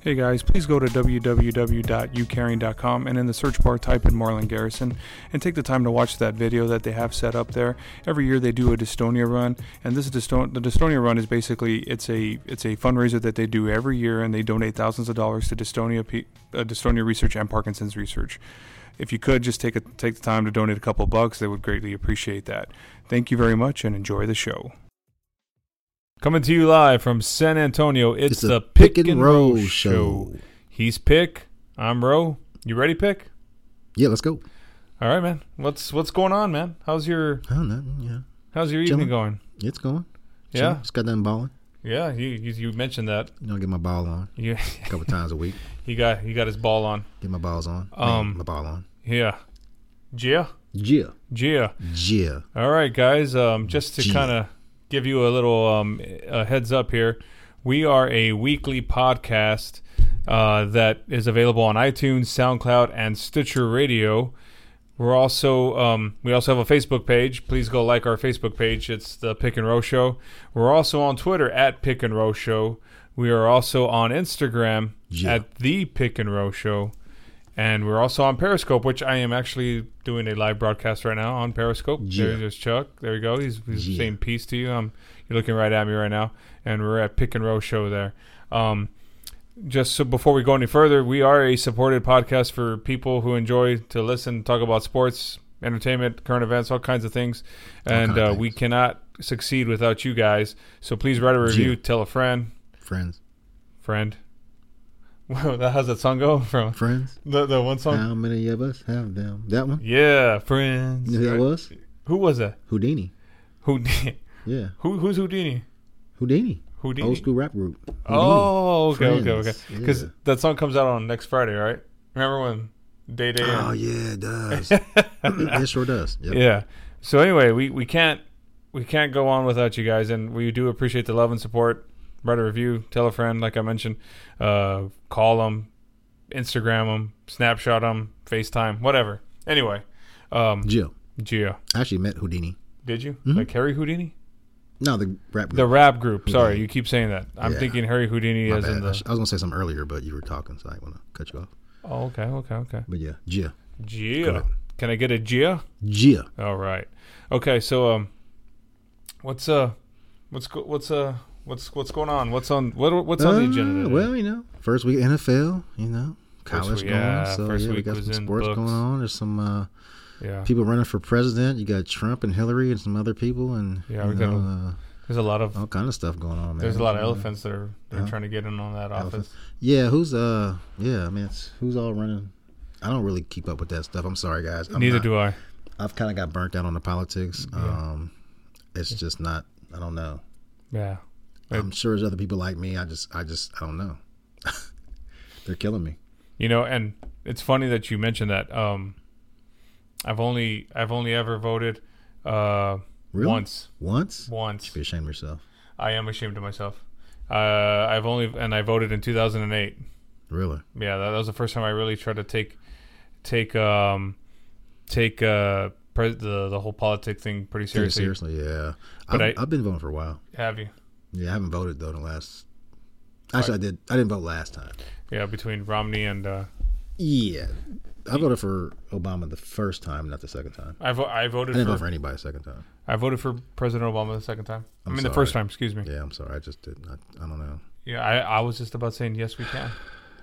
Hey guys, please go to www.ucaring.com and in the search bar type in Marlon Garrison and take the time to watch that video that they have set up there. Every year they do a dystonia run, and this dystonia, the dystonia run is basically it's a it's a fundraiser that they do every year, and they donate thousands of dollars to dystonia pe- uh, dystonia research and Parkinson's research. If you could just take a, take the time to donate a couple bucks, they would greatly appreciate that. Thank you very much and enjoy the show. Coming to you live from San Antonio, it's, the, Pick and, Roll, show. He's Pick, I'm Row. You ready, Pick? Yeah, let's go. All right, man. What's what's going on, man? How's your I don't know. Yeah, how's your evening Chilling. going? it's going. Yeah. Just got done balling. Yeah, you, you you mentioned that. You know, I get my ball on You a couple times a week. he got he got his ball on. Get my balls on. Um, my ball on. Yeah. Gia? Yeah. Gia. Yeah. All right, guys. Um, just to Gia. kind of give you a little um, a heads up here, we are a weekly podcast uh, that is available on iTunes, SoundCloud, and Stitcher Radio. We're also um, we also have a Facebook page. Please go like our Facebook page. It's the Pick and Row Show. We're also on Twitter at Pick and Row Show. We are also on Instagram Yeah. at the Pick and Row Show. And we're also on Periscope, which I am actually doing a live broadcast right now on Periscope. Yeah. There's Chuck. There you go. He's, he's Yeah. saying peace to you. Um, you're looking right at me right now. And we're at Pick and Row Show there. Um, just so before we go any further, we are a supported podcast for people who enjoy to listen, talk about sports, entertainment, current events, all kinds of things. And kind of uh, we cannot succeed without you guys. So please write a review, tell a friend, Friends. friend. Well, that how's that song go from Friends. the, the one song? How many of us have them? That one. Yeah, friends. You know who that was? Who was that? Houdini. Houdini. Yeah. Who, who's Houdini? Houdini. Houdini. Old school rap group. Houdini. Oh, okay, okay, okay. Friends, Because yeah. that song comes out on next Friday, right? Remember when Day Day? Oh yeah, it does. it sure does. Yep. yeah. So anyway, we, we can't we can't go on without you guys, and we do appreciate the love and support. Write a review, tell a friend, like I mentioned, uh, call them, Instagram them, snapshot them, FaceTime, whatever. Anyway, um, Jill. Gio, I actually met Houdini. did you Mm-hmm. like Harry Houdini? No, the rap group. The rap group. Sorry, you keep saying that. I'm Yeah. thinking Harry Houdini My as in bad. I, the. sh- I was gonna say something earlier, but you were talking, so I didn't want to cut you off. Oh, okay, okay, okay. But yeah, Gia. Gia, can I get a Gia? Gia. All right. Okay. So um, what's uh, what's go- what's uh, what's what's going on? What's on what what's on the agenda? Uh, Today? Well, you know, first week NFL, you know, college week, going on. yeah, So uh, first yeah, we week got was some in sports books. going on. There's some uh, yeah. people running for president. You got Trump and Hillary and some other people, and Yeah, you we got know, There's a lot of uh, all kind of stuff going on. Man. there's a lot of Uh, elephants that are they're trying to get in on that elephants. office. Yeah, who's uh, yeah, I mean, it's, who's all running? I don't really keep up with that stuff. I'm sorry, guys. I'm Neither not- do I. I've kind of got burnt out on the politics. Um, it's just not. I don't know. Yeah. I'm sure there's other people like me. I just, I just, I don't know. They're killing me. You know, and it's funny that you mentioned that. Um, I've only I've only ever voted uh Really? once Once? once. Be ashamed of yourself. I am ashamed of myself. Uh, I've only and I voted in 2008. Really? yeah that, that was the first time i really tried to take take um take uh pre- the the whole politic thing pretty Seriously? seriously Seriously? Yeah. But I've, I- I've been voting for a while. have you Yeah, I haven't voted though. in The last actually, I did. I didn't vote last time. Yeah, between Romney and uh, Yeah, I voted for Obama the first time, not the second time. I, vo- I voted I didn't for, vote for anybody the second time. I voted for President Obama the second time. i I'm mean the first sorry. time. Excuse me. Yeah, Yeah, I'm sorry. I just did not. I don't know. I, I was just about saying yes we can.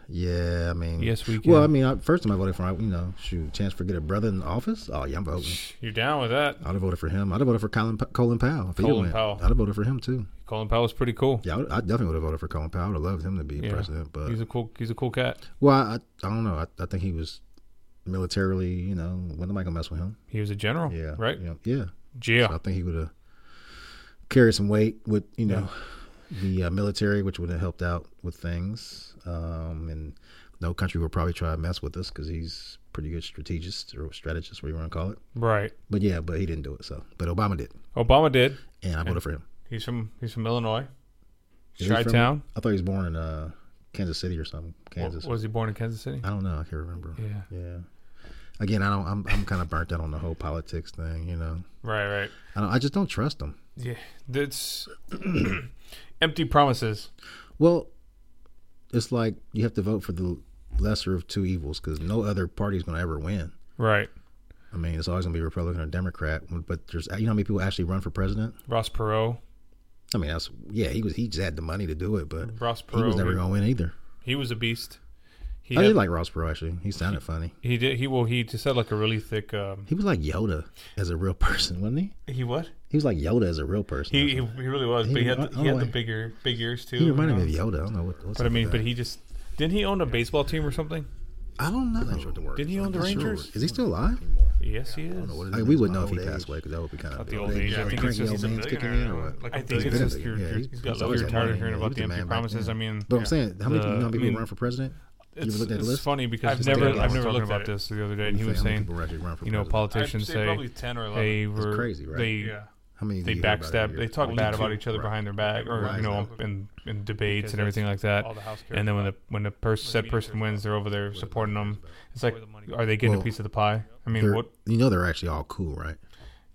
Yeah, I mean, Yes, we Well, can. I mean, I, first time I voted for, you know, shoot, chance for get a brother in office. Oh yeah, I'm voting. You down with that? I'd have voted for him. I'd have voted for Colin, P- Colin Powell. If Colin he went. Powell. I'd have voted for him too. Colin Powell's pretty cool. Yeah, I, would- I definitely would have voted for Colin Powell. I would have loved him to be president, but he's a cool he's a cool cat. well, I, I don't know. I, I think he was militarily, you know, when am I gonna mess with him? He was a general. Yeah, Right. Yeah, yeah. Yeah. I think he would have carried some weight with you know the uh, military, which would have helped out with things. Um, and no country would probably try to mess with us because he's pretty good strategist or strategist, whatever you want to call it. Right. But yeah, but he didn't do it. So, but Obama did, Obama did. and I voted for him. He's from he's from Illinois. Is he Chi from- Town. I thought he was born in uh, Kansas City or something. Kansas. Uh, Was he born in Kansas City? I don't know. I can't remember. Yeah. Yeah. Again, I don't. I'm, I'm kind of burnt out on the whole politics thing. You know, Right. Right. I don't. I just don't trust them. Yeah. That's empty promises. Well, it's like you have to vote for the lesser of two evils because no other party is going to ever win. Right. I mean, it's always going to be Republican or Democrat. But there's, you know, how many people actually run for president? Ross Perot. I mean, that's yeah. He was he just had the money to do it, but Ross he was Perot, never he- going to win either. He was a beast. He I had- did like Ross Perot actually. He sounded funny. he did he well he just had like a really thick um He was like Yoda as a real person, wasn't he? he what He was like Yoda as a real person. he he, he really was but he had the, he had the Oh, I- bigger big ears too He you reminded know? me of Yoda. I don't know what. What's but I up with mean but that. he just didn't he own a baseball team or something I don't know. Sure what the word Didn't he is. own the I'm not sure. Rangers? Is he still alive? yes he is I mean, we would know if he passed away because that would be kind of the old age. I think it's just he's a billionaire. uh, now. I think it's just you're, you're, he's got like, you're tired of hearing about the empty promises. I mean, But I'm saying, how many The- you know, I people mean, run for president? You ever it's, looked at the it's list? funny because I've I've never- never I've I've never never looked looked at about it. this the other day, and he What do you think? was How many saying, people were actually running for you know, president? politicians I'd say say probably 10 or 11. they were crazy, right? They Yeah. How many? do they you hear about every backstab, year? they talk Only bad two, about each other right. behind their back, or Right. you know, in in debates and Because everything like that. all the house And then when the when the person said person wins, they're over there supporting them. It's like, are they getting a Well, piece of the pie? I mean, They're- what? You know, they're actually all cool, right?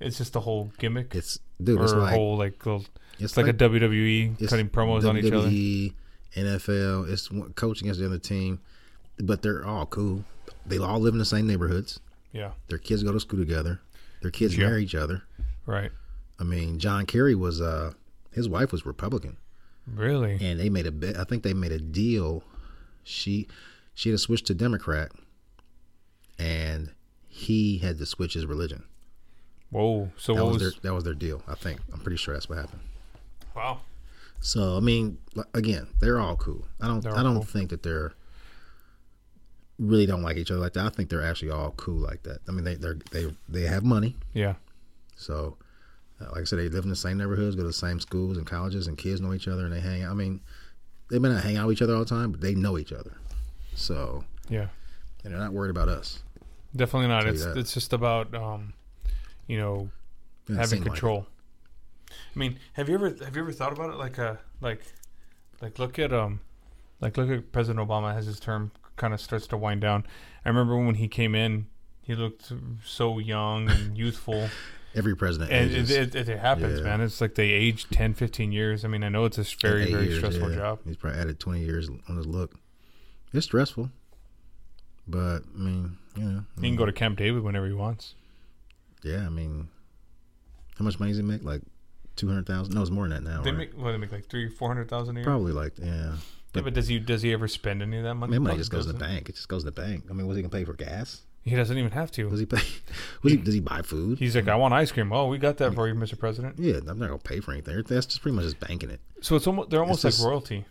It's just the whole gimmick It's dude. or It's like whole like little- it's it's like a WWE it's E. cutting promos on each other. WWE, NFL. It's one coach against the other team, but they're all cool. They all live in the same neighborhoods. Yeah, Their kids go to school together. Their kids marry each other. right. I mean, John Kerry was uh his wife was Republican, Really? and they made a bet. I think they made a deal. She she had to switch to Democrat, and he had to switch his religion. Whoa. So That what was, was? their that was their deal. I think I'm pretty sure that's what happened. wow. So I mean, li- again, they're all cool. I don't I don't think that they're really don't like each other like that. I think they're actually all cool like that. I mean, they they're, they they have money. Yeah. So, uh, like I said, they live in the same neighborhoods, go to the same schools and colleges, and kids know each other and they hang out. I mean, they may not hang out with each other all the time, but they know each other. So, Yeah. and they're not worried about us. Definitely not. Tell you It's that. it's just about um, you know, It having seemed like control. I mean, have you ever have you ever thought about it? Like uh like like look at um like look at President Obama as his term kind of starts to wind down. I remember when he came in, he looked so young and youthful. it. every president and it, ages it, it, happens, Yeah. man. It's like they age 10, 15 years. I mean, I know it's a s- in very eight very years, stressful yeah. job. He's probably added twenty years on his look. It's stressful, but I mean, you know, He can go to Camp David whenever he wants. yeah, I mean, how much money does he make? Like two hundred thousand? No, it's more than that now. They right? make well, they make like three, four hundred thousand a year. probably like yeah. Yeah, but does he does he ever spend any of that I money? mean, money Probably just goes to the doesn't. bank. It just goes to the bank. I mean, was he gonna pay for gas? He doesn't even have to. Was he pay? Was he, does he buy food? He's like, I want ice cream. Oh, we got Mm-hmm. that for you, Mr. President. yeah, I'm not gonna pay for anything. That's just pretty much just banking it. So it's almost they're almost It's just- like royalty.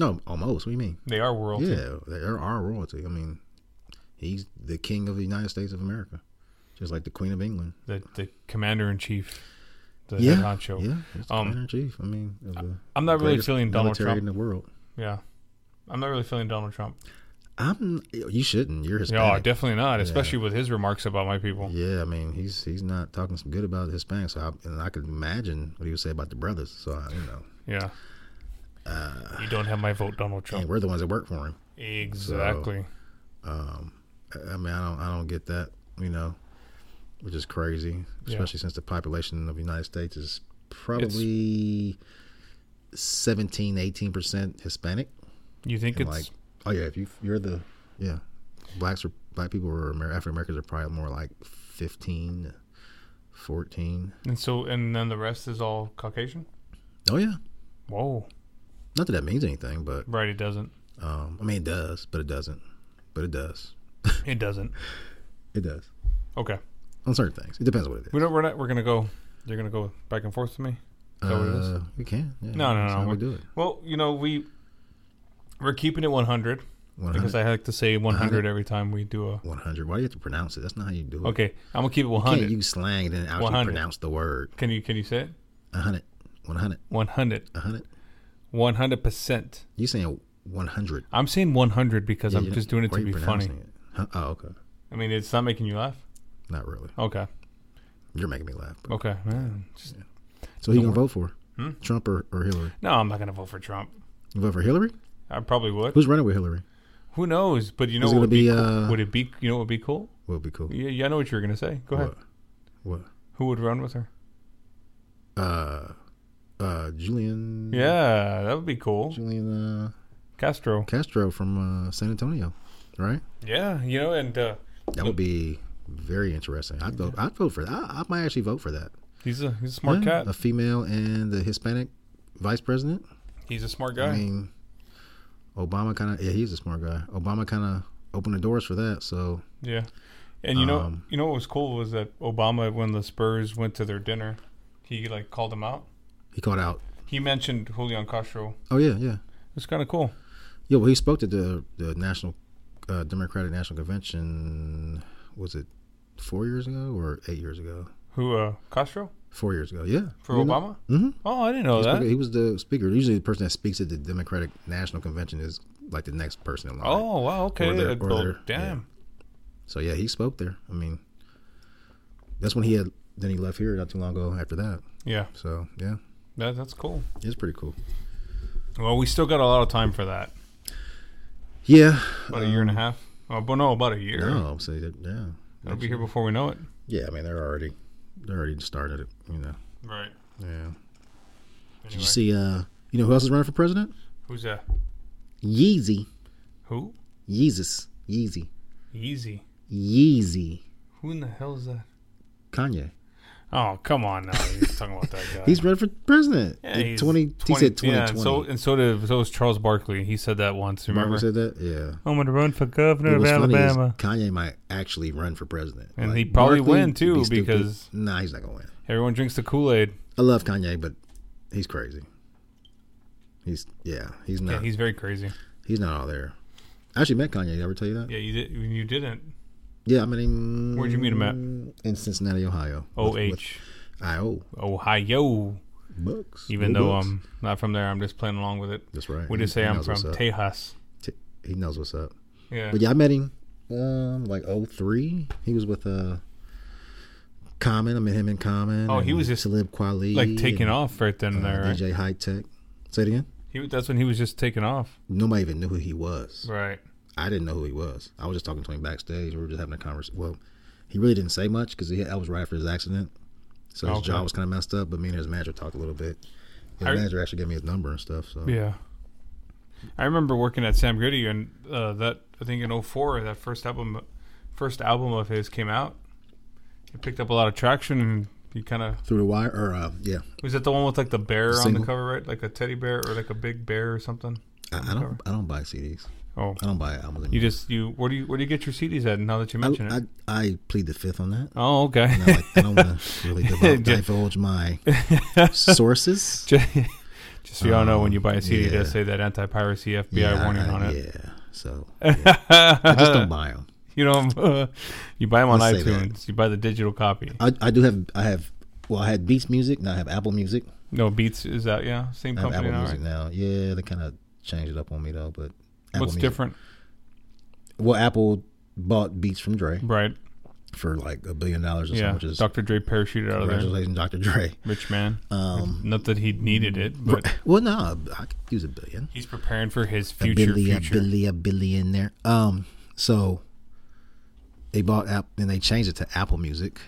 No, almost. What do you mean? They are royalty. Yeah, they're our royalty. I mean, he's the king of the United States of America, just like the Queen of England. The the commander in chief, the yeah, head honcho. yeah, he's the Um, commander in chief. I mean, of the I'm not really greatest feeling Donald military Trump. in the world. Yeah. I'm not really feeling Donald Trump. I'm. You shouldn't. You're No, Hispanic. definitely not. Especially with his remarks about my people. Yeah, I mean, he's he's not talking some good about Hispanics. So I, and I could imagine what he would say about the brothers. So I, you know, Yeah. Uh, you don't have my vote, Donald and Trump. we're the ones that work for him. Exactly. I- I mean, I don't, I don't get that, you know, which is crazy, especially since the population of the United States is probably 17, 18% Hispanic. You think And it's like, oh yeah, if you you're the yeah, blacks are black people or Amer- African Americans are probably more like 15, 14. and so and then the rest is all Caucasian. Oh yeah, Whoa, not that that means anything, but right? It doesn't. um, I mean it does, but it doesn't, but it does, It doesn't. it does Okay, on certain things. It depends what it is. we don't. We're not. We're gonna go. You're gonna go back and forth with me. Is that what it is? Uh, we can. Yeah, No, no, that's no, how We we're- do it. Well, you know we we're keeping it 100 because 100, I like to say 100 every time we do a. 100. Why do you have to pronounce it? That's not how you do it. Okay, I'm gonna keep it You can't 100. use slang and then actually 100. pronounce the word. Can you can you say it? 100, 100, 100, 100. 100 percent. You saying 100? I'm saying 100 because Yeah, I'm you just don't- doing it why to you be funny. pronouncing it? Huh? Oh, okay. I mean, it's not making you laugh. Not really. Okay, You're making me laugh. But. okay. Man, just- So who you gonna vote for? Hmm? Trump or, or Hillary? no, I'm not gonna vote for Trump. You vote for Hillary? I probably would. Who's running with Hillary? Who knows? But you know, Who's what gonna would be, be, cool? uh, would it be? You know, what would be cool. Will be cool. Yeah, yeah, I know what you were gonna say. Go ahead. What? Who would run with her? What? Uh, uh, Julian. Yeah, that would be cool. Julian uh, Castro. Castro from uh, San Antonio, right? Yeah, you know, and uh, That would be very interesting. I'd vote. I'd vote for that. I, I might actually vote for that. he's a he's a smart Yeah, cat. A female and the Hispanic vice president. He's a smart I guy. mean, Obama kind of. Yeah, he's a smart guy. Obama kind of opened the doors for that. So Yeah, and you know, Um, you know what was cool was that Obama, when the Spurs went to their dinner, he like called him out. he called out. He mentioned Julian Castro. Oh yeah, yeah. It's kind of cool. Yeah, well, he spoke to the the national uh, Democratic National Convention. Was it four years ago or eight years ago? Who uh, Castro Four years ago, yeah. for You know? Obama? Mm-hmm. Oh, I didn't know He spoke- that. He was the speaker. Usually, the person that speaks at the Democratic National Convention is like the next person in line. Oh wow, okay. Or they're- that- or well, they're- damn. so yeah, he spoke there. I mean, that's when he had. Then he left here not too long ago. After that, Yeah, so yeah, that, that's cool. it's pretty cool. Well, we still got a lot of time for that. Yeah. About a year and a half. Oh, but no, about a year. No, so that- Um, yeah, It'll be here before we know it. yeah. I mean, they're already they're already started it. You know. Right. Yeah. Did you see? Uh, you know who else is running for president? Who's that? Yeezy. Who? Yeezus. Yeezy. Easy. Yeezy. Who in the hell is that? Kanye. Oh, come on now. You're talking about that guy. He's running for president. Uh, Yeah, In he's 20, he said 2020. Yeah, and so, and so did so was Charles Barkley. He said that once. Remember? Remember said that? Yeah. I'm going to run for governor But of what's funny is Alabama. Kanye might actually run for president. And he'd probably win, would too, be stupid. because- Nah, he's not going to win. Everyone drinks the Kool Aid. I love Kanye, but he's crazy. He's, yeah, he's not. Yeah, he's, he's very crazy. not all there. I actually met Kanye. Did I ever tell you that? Yeah, Yeah, you did. You didn't. I met him. Where'd you meet him at? In Cincinnati, Ohio. Oh, With- with H. I.O. Ohio. Bucks. oh, Even Go though Bucks. I'm not from there, I'm just playing along with it. That's right. We He- just say he I'm knows from what's up. Tejas. T- he knows what's up. Yeah. But yeah, I met him um like oh three. He was with uh Common. I met him in Common. Oh, he and was just, Talib Kweli. Like taking and, off right then and uh, there. Right? DJ High Tech. Say it again. He, that's when he was just taking off. Nobody even knew who he was. Right. I didn't know who he was. I was just talking to him backstage. We were just having a conversation. Well, he really didn't say much because that was right after his accident, so his Okay. jaw was kind of messed up. But me and his manager talked a little bit. His I- manager actually gave me his number and stuff. So Yeah. I remember working at Sam Goody and uh, that I think in 04 that first album first album of his came out. It picked up a lot of traction and he kind of through the wire, or uh, yeah, was that the one with like the bear on the Single. cover, right? Like a teddy bear or like a big bear or something. I, I don't, I don't buy CDs. Oh, I don't buy albums. you just you where do you where do you get your CDs at? Now that you mention I, it. I, I plead the fifth on that. oh, okay. I, like, I don't want to really divul- divulge my sources. just so y'all know, when you buy a CD, it does yeah. say that anti-piracy FBI Yeah, warning I- on it. Yeah, so yeah. I just don't buy them. You know, you buy them on I'll say that. iTunes. You buy the digital copy. I, I do have I have well I had Beats Music now I have Apple Music. No, Beats is that yeah, same I have company Apple now. Music right? now. Yeah, they kind of changed it up on me though. But Apple What's Music- different? Well, Apple bought Beats from Dre Right. for like a billion dollars or Yeah. something, which is Dr. Dre parachuted out of there. congratulations, Um, Dr. Dre. Rich man. Not that he needed it, but Well, no, I could use a billion. he's preparing for his a future billy, a future. billy, a billionaire. Um, so they bought app and they changed it to Apple Music.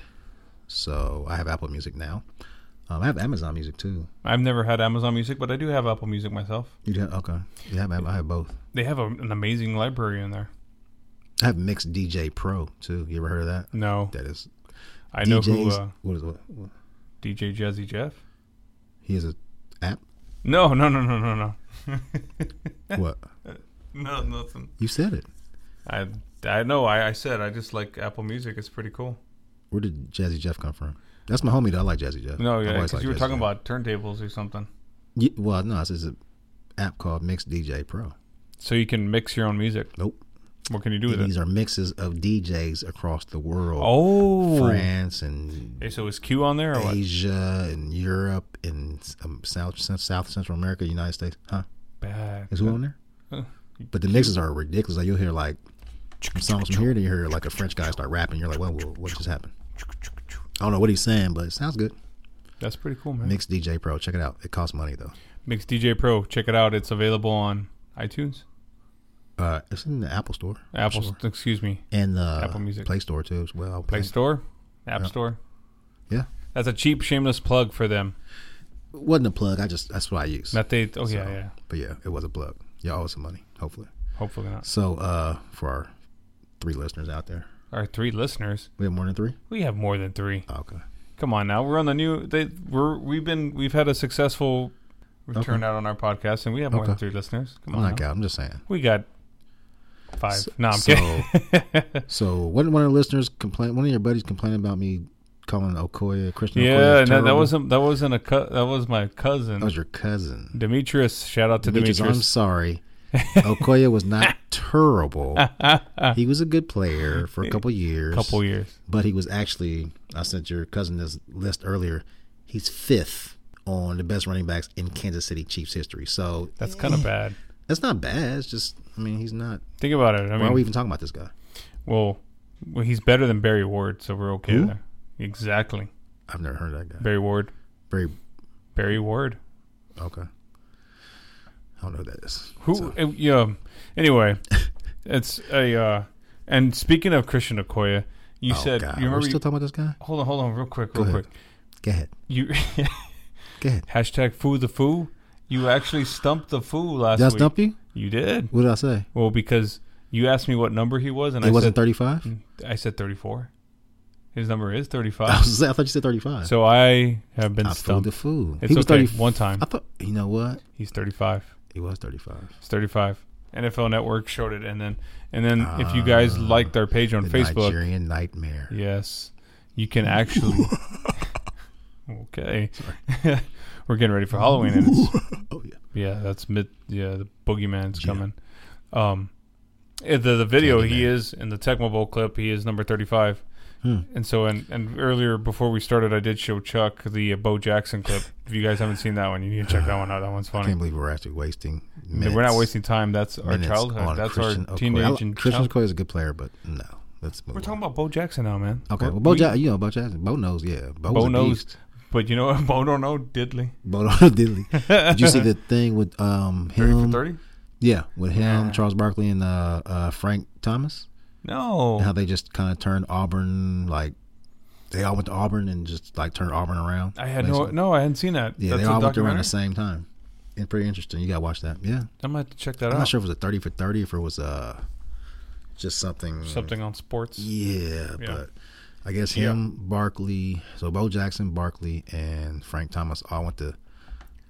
So I have Apple Music now. Um, I have Amazon Music too. I've never had Amazon Music, but I do have Apple Music myself. You do? Okay. Yeah, I have, I have both. They have a, an amazing library in there. I have Mix DJ Pro too. You ever heard of that? No, That is. I know who DJs uh, What is what? what- DJ Jazzy Jeff. He has a app. No, no, no, no, no, no, what? no, nothing. You said it. I I know. I, I said I just like Apple Music. It's pretty cool. Where did Jazzy Jeff come from? That's my homie. Though. I like Jazzy Jeff. No, I've yeah, always because liked you were Jazzy talking Jeff. about turntables or something, Ye- well, no, this is an app called Mix DJ Pro. so you can mix your own music. Nope. What can you do with These it? are mixes of DJs across the world. Oh, France and okay, so is Q on there or what? Asia and Europe and um, South South Central America, United States. Huh? Back. Is who on there? Huh. But the mixes are ridiculous. Like you'll hear like songs from here to hear like a French guy start rapping. You're like, well, well, what just happened? I don't know what he's saying, but it sounds good. That's pretty cool, man. Mix. Mix DJ Pro, check it out. It costs money though. DJ Pro. Check it out. It's available on iTunes, Uh, it's in the Apple Store Apple. Excuse me, and the Apple Music. Play Store too as well. Play Store, App Store. Yeah, That's a cheap, shameless plug for them. wasn't a plug. I just that's what I use. That they. Oh yeah, yeah. But yeah, it was a plug. Y'all owe some money, hopefully. Hopefully not. So uh, for our three listeners out there, Our three listeners. we have more than three. We have more than three. Oh, okay. Come on now, we're on the new. They we're we've been we've had a successful return out on our podcast, and we have more than Okay. three listeners. Come I'm on, not now. God. I'm just saying. we got five. Uh-huh. no, I'm kidding. So, so wasn't one of the listeners complain? One of your buddies complaining about me calling Okoye Christian. Okoye Yeah, and that, that terrible? wasn't that wasn't a cu- that was my cousin that was your cousin. Demetrius. Shout out to Demetrius, I'm Demetrius. sorry. Okoye was not terrible. he was a good player for a couple years. Couple years. but he was actually I sent your cousin this list earlier. He's fifth on the best running backs in Kansas City Chiefs history. So That's kind of bad. that's not bad. It's just I mean he's not. Think about it. I Why are mean, we even talking about this guy? well, well, he's better than Barry Ward, so we're okay Who? there. Exactly, I've never heard of that guy. Barry Ward. Very Barry Ward. okay. I don't know who that is. Who? uh, yeah. Anyway, it's a. Uh, and speaking of Christian Okoye, you oh said God, we're you remember. still you- talking about this guy. hold on, hold on, real quick, real ahead. quick. Go ahead. You Go ahead. hashtag foo the foo. You actually stumped the foo last Did I week. stump you? You did. What did I say? Well, because you asked me what number he was, and It I wasn't said Mm. thirty five. I said thirty-four. His number is I thirty-five. was. I thought you said thirty five. so I have been I fooled stumped. the fool. It's he was okay. 30 One time, I thought you know what? he's thirty-five. He was thirty five. It's 35. NFL Network showed it, and then and then if Ah. you guys liked our page on The Facebook, Nigerian nightmare. yes, you can actually. okay, we're getting ready for Halloween, and it's Oh yeah. yeah, that's mid. Yeah, the boogeyman's coming. Um, eh, the the video he is in the Tecmo Bowl clip, he is number 35. Hmm. And so, and, and earlier before we started, I did show Chuck the uh, Bo Jackson clip. If you guys haven't seen that one, you need to check that one out. That one's funny. Can't believe we're actually wasting. Minutes, We're not wasting time. That's our minutes on childhood. That's Christian our Okoye. teenage I like- and Christian child- Okoye is a good player, but no, let's move. We're talking on. about Bo Jackson now, man. Okay, We're- well, Bo, we- ja- you know, Bo Jackson. Bo knows, yeah. Bo's Bo a knows, beast. but you know what? Bo don't know diddly. Bo knows diddly. Did you see the thing with um Thirty for him? thirty? Yeah, with him, Charles Barkley, and uh, uh, Frank Thomas. No. How they just kind of turned Auburn like they all went to Auburn and just like turned Auburn around. I had no. basically. No, I hadn't seen that. Yeah, That's they all a went there around documentary. the same time. It's pretty interesting. You gotta watch that. Yeah, I'm gonna have to check that I'm out. not sure if it was a thirty for thirty, if it was uh just something Something on sports. Yeah, Yeah. but I guess him, Barkley, so Bo Jackson, Barkley, and Frank Thomas all went to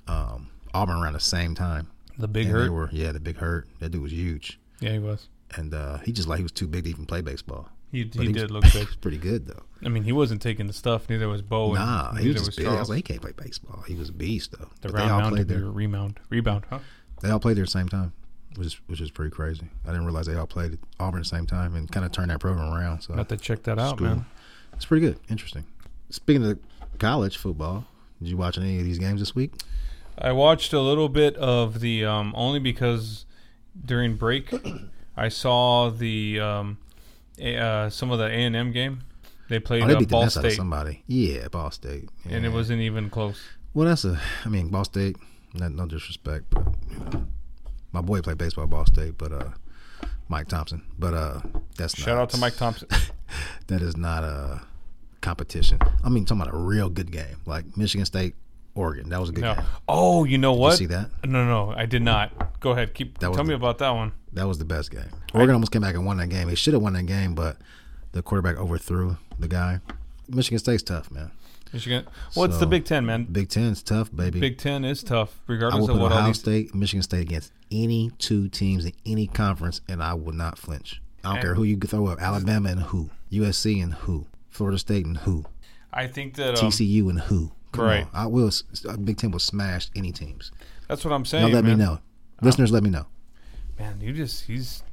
um, Auburn around the same time. The big and They hurt. were, yeah, the big hurt. That dude was huge, yeah, he was. and uh, he just like he was too big to even play baseball. He, But he, was- did look big. he was pretty good though. I mean, he wasn't taking the stuff. Neither was Bo. and Nah, he neither was just big. I Charles. was like, he can't play baseball. He was a beast though. the But round they all mound to played be there. rebound. Rebound, huh? They all played there at the same time, which is, which is pretty crazy. I didn't realize they all played at Auburn at the same time and kind of turned that program around. So I'll have to check that out, School. man. It's pretty good. Interesting. Speaking of college football, did you watch any of these games this week? I watched a little bit of the um, only because during break I saw the um, a, uh, some of the A and M game they played Oh, they uh, beat the Ball mess out of State somebody. Yeah, Ball State. and it Yeah. wasn't even close. well, that's a. I mean, Ball State. Not, no disrespect, but you know, my boy played baseball at Ball State, but uh, Mike Thompson. But uh, that's Shout not, out to Mike Thompson. That is not a competition. I mean, talking about a real good game like Michigan State, Oregon. That was a good No. game. Oh, you know what? see that? No, no, I did not. Go ahead. Keep That was tell me the- about that one. That was the best game. Oregon almost came back and won that game. They should have won that game, but the quarterback overthrew the guy. Michigan State's tough, man. Michigan. Well, it's the So- Big Ten, man. Big Ten's tough, baby. Big Ten is tough, I regardless will of put what all Ohio these. State, Michigan State against any two teams in any conference, and I will not flinch. I don't care who you throw up. Alabama and who, USC and who, Florida State and who, I think that um, TCU and who. Come right. on. I will. s- Big Ten will smash any teams. um, that's what I'm Now saying. let man. me know, listeners. Let me know. Man, you just he's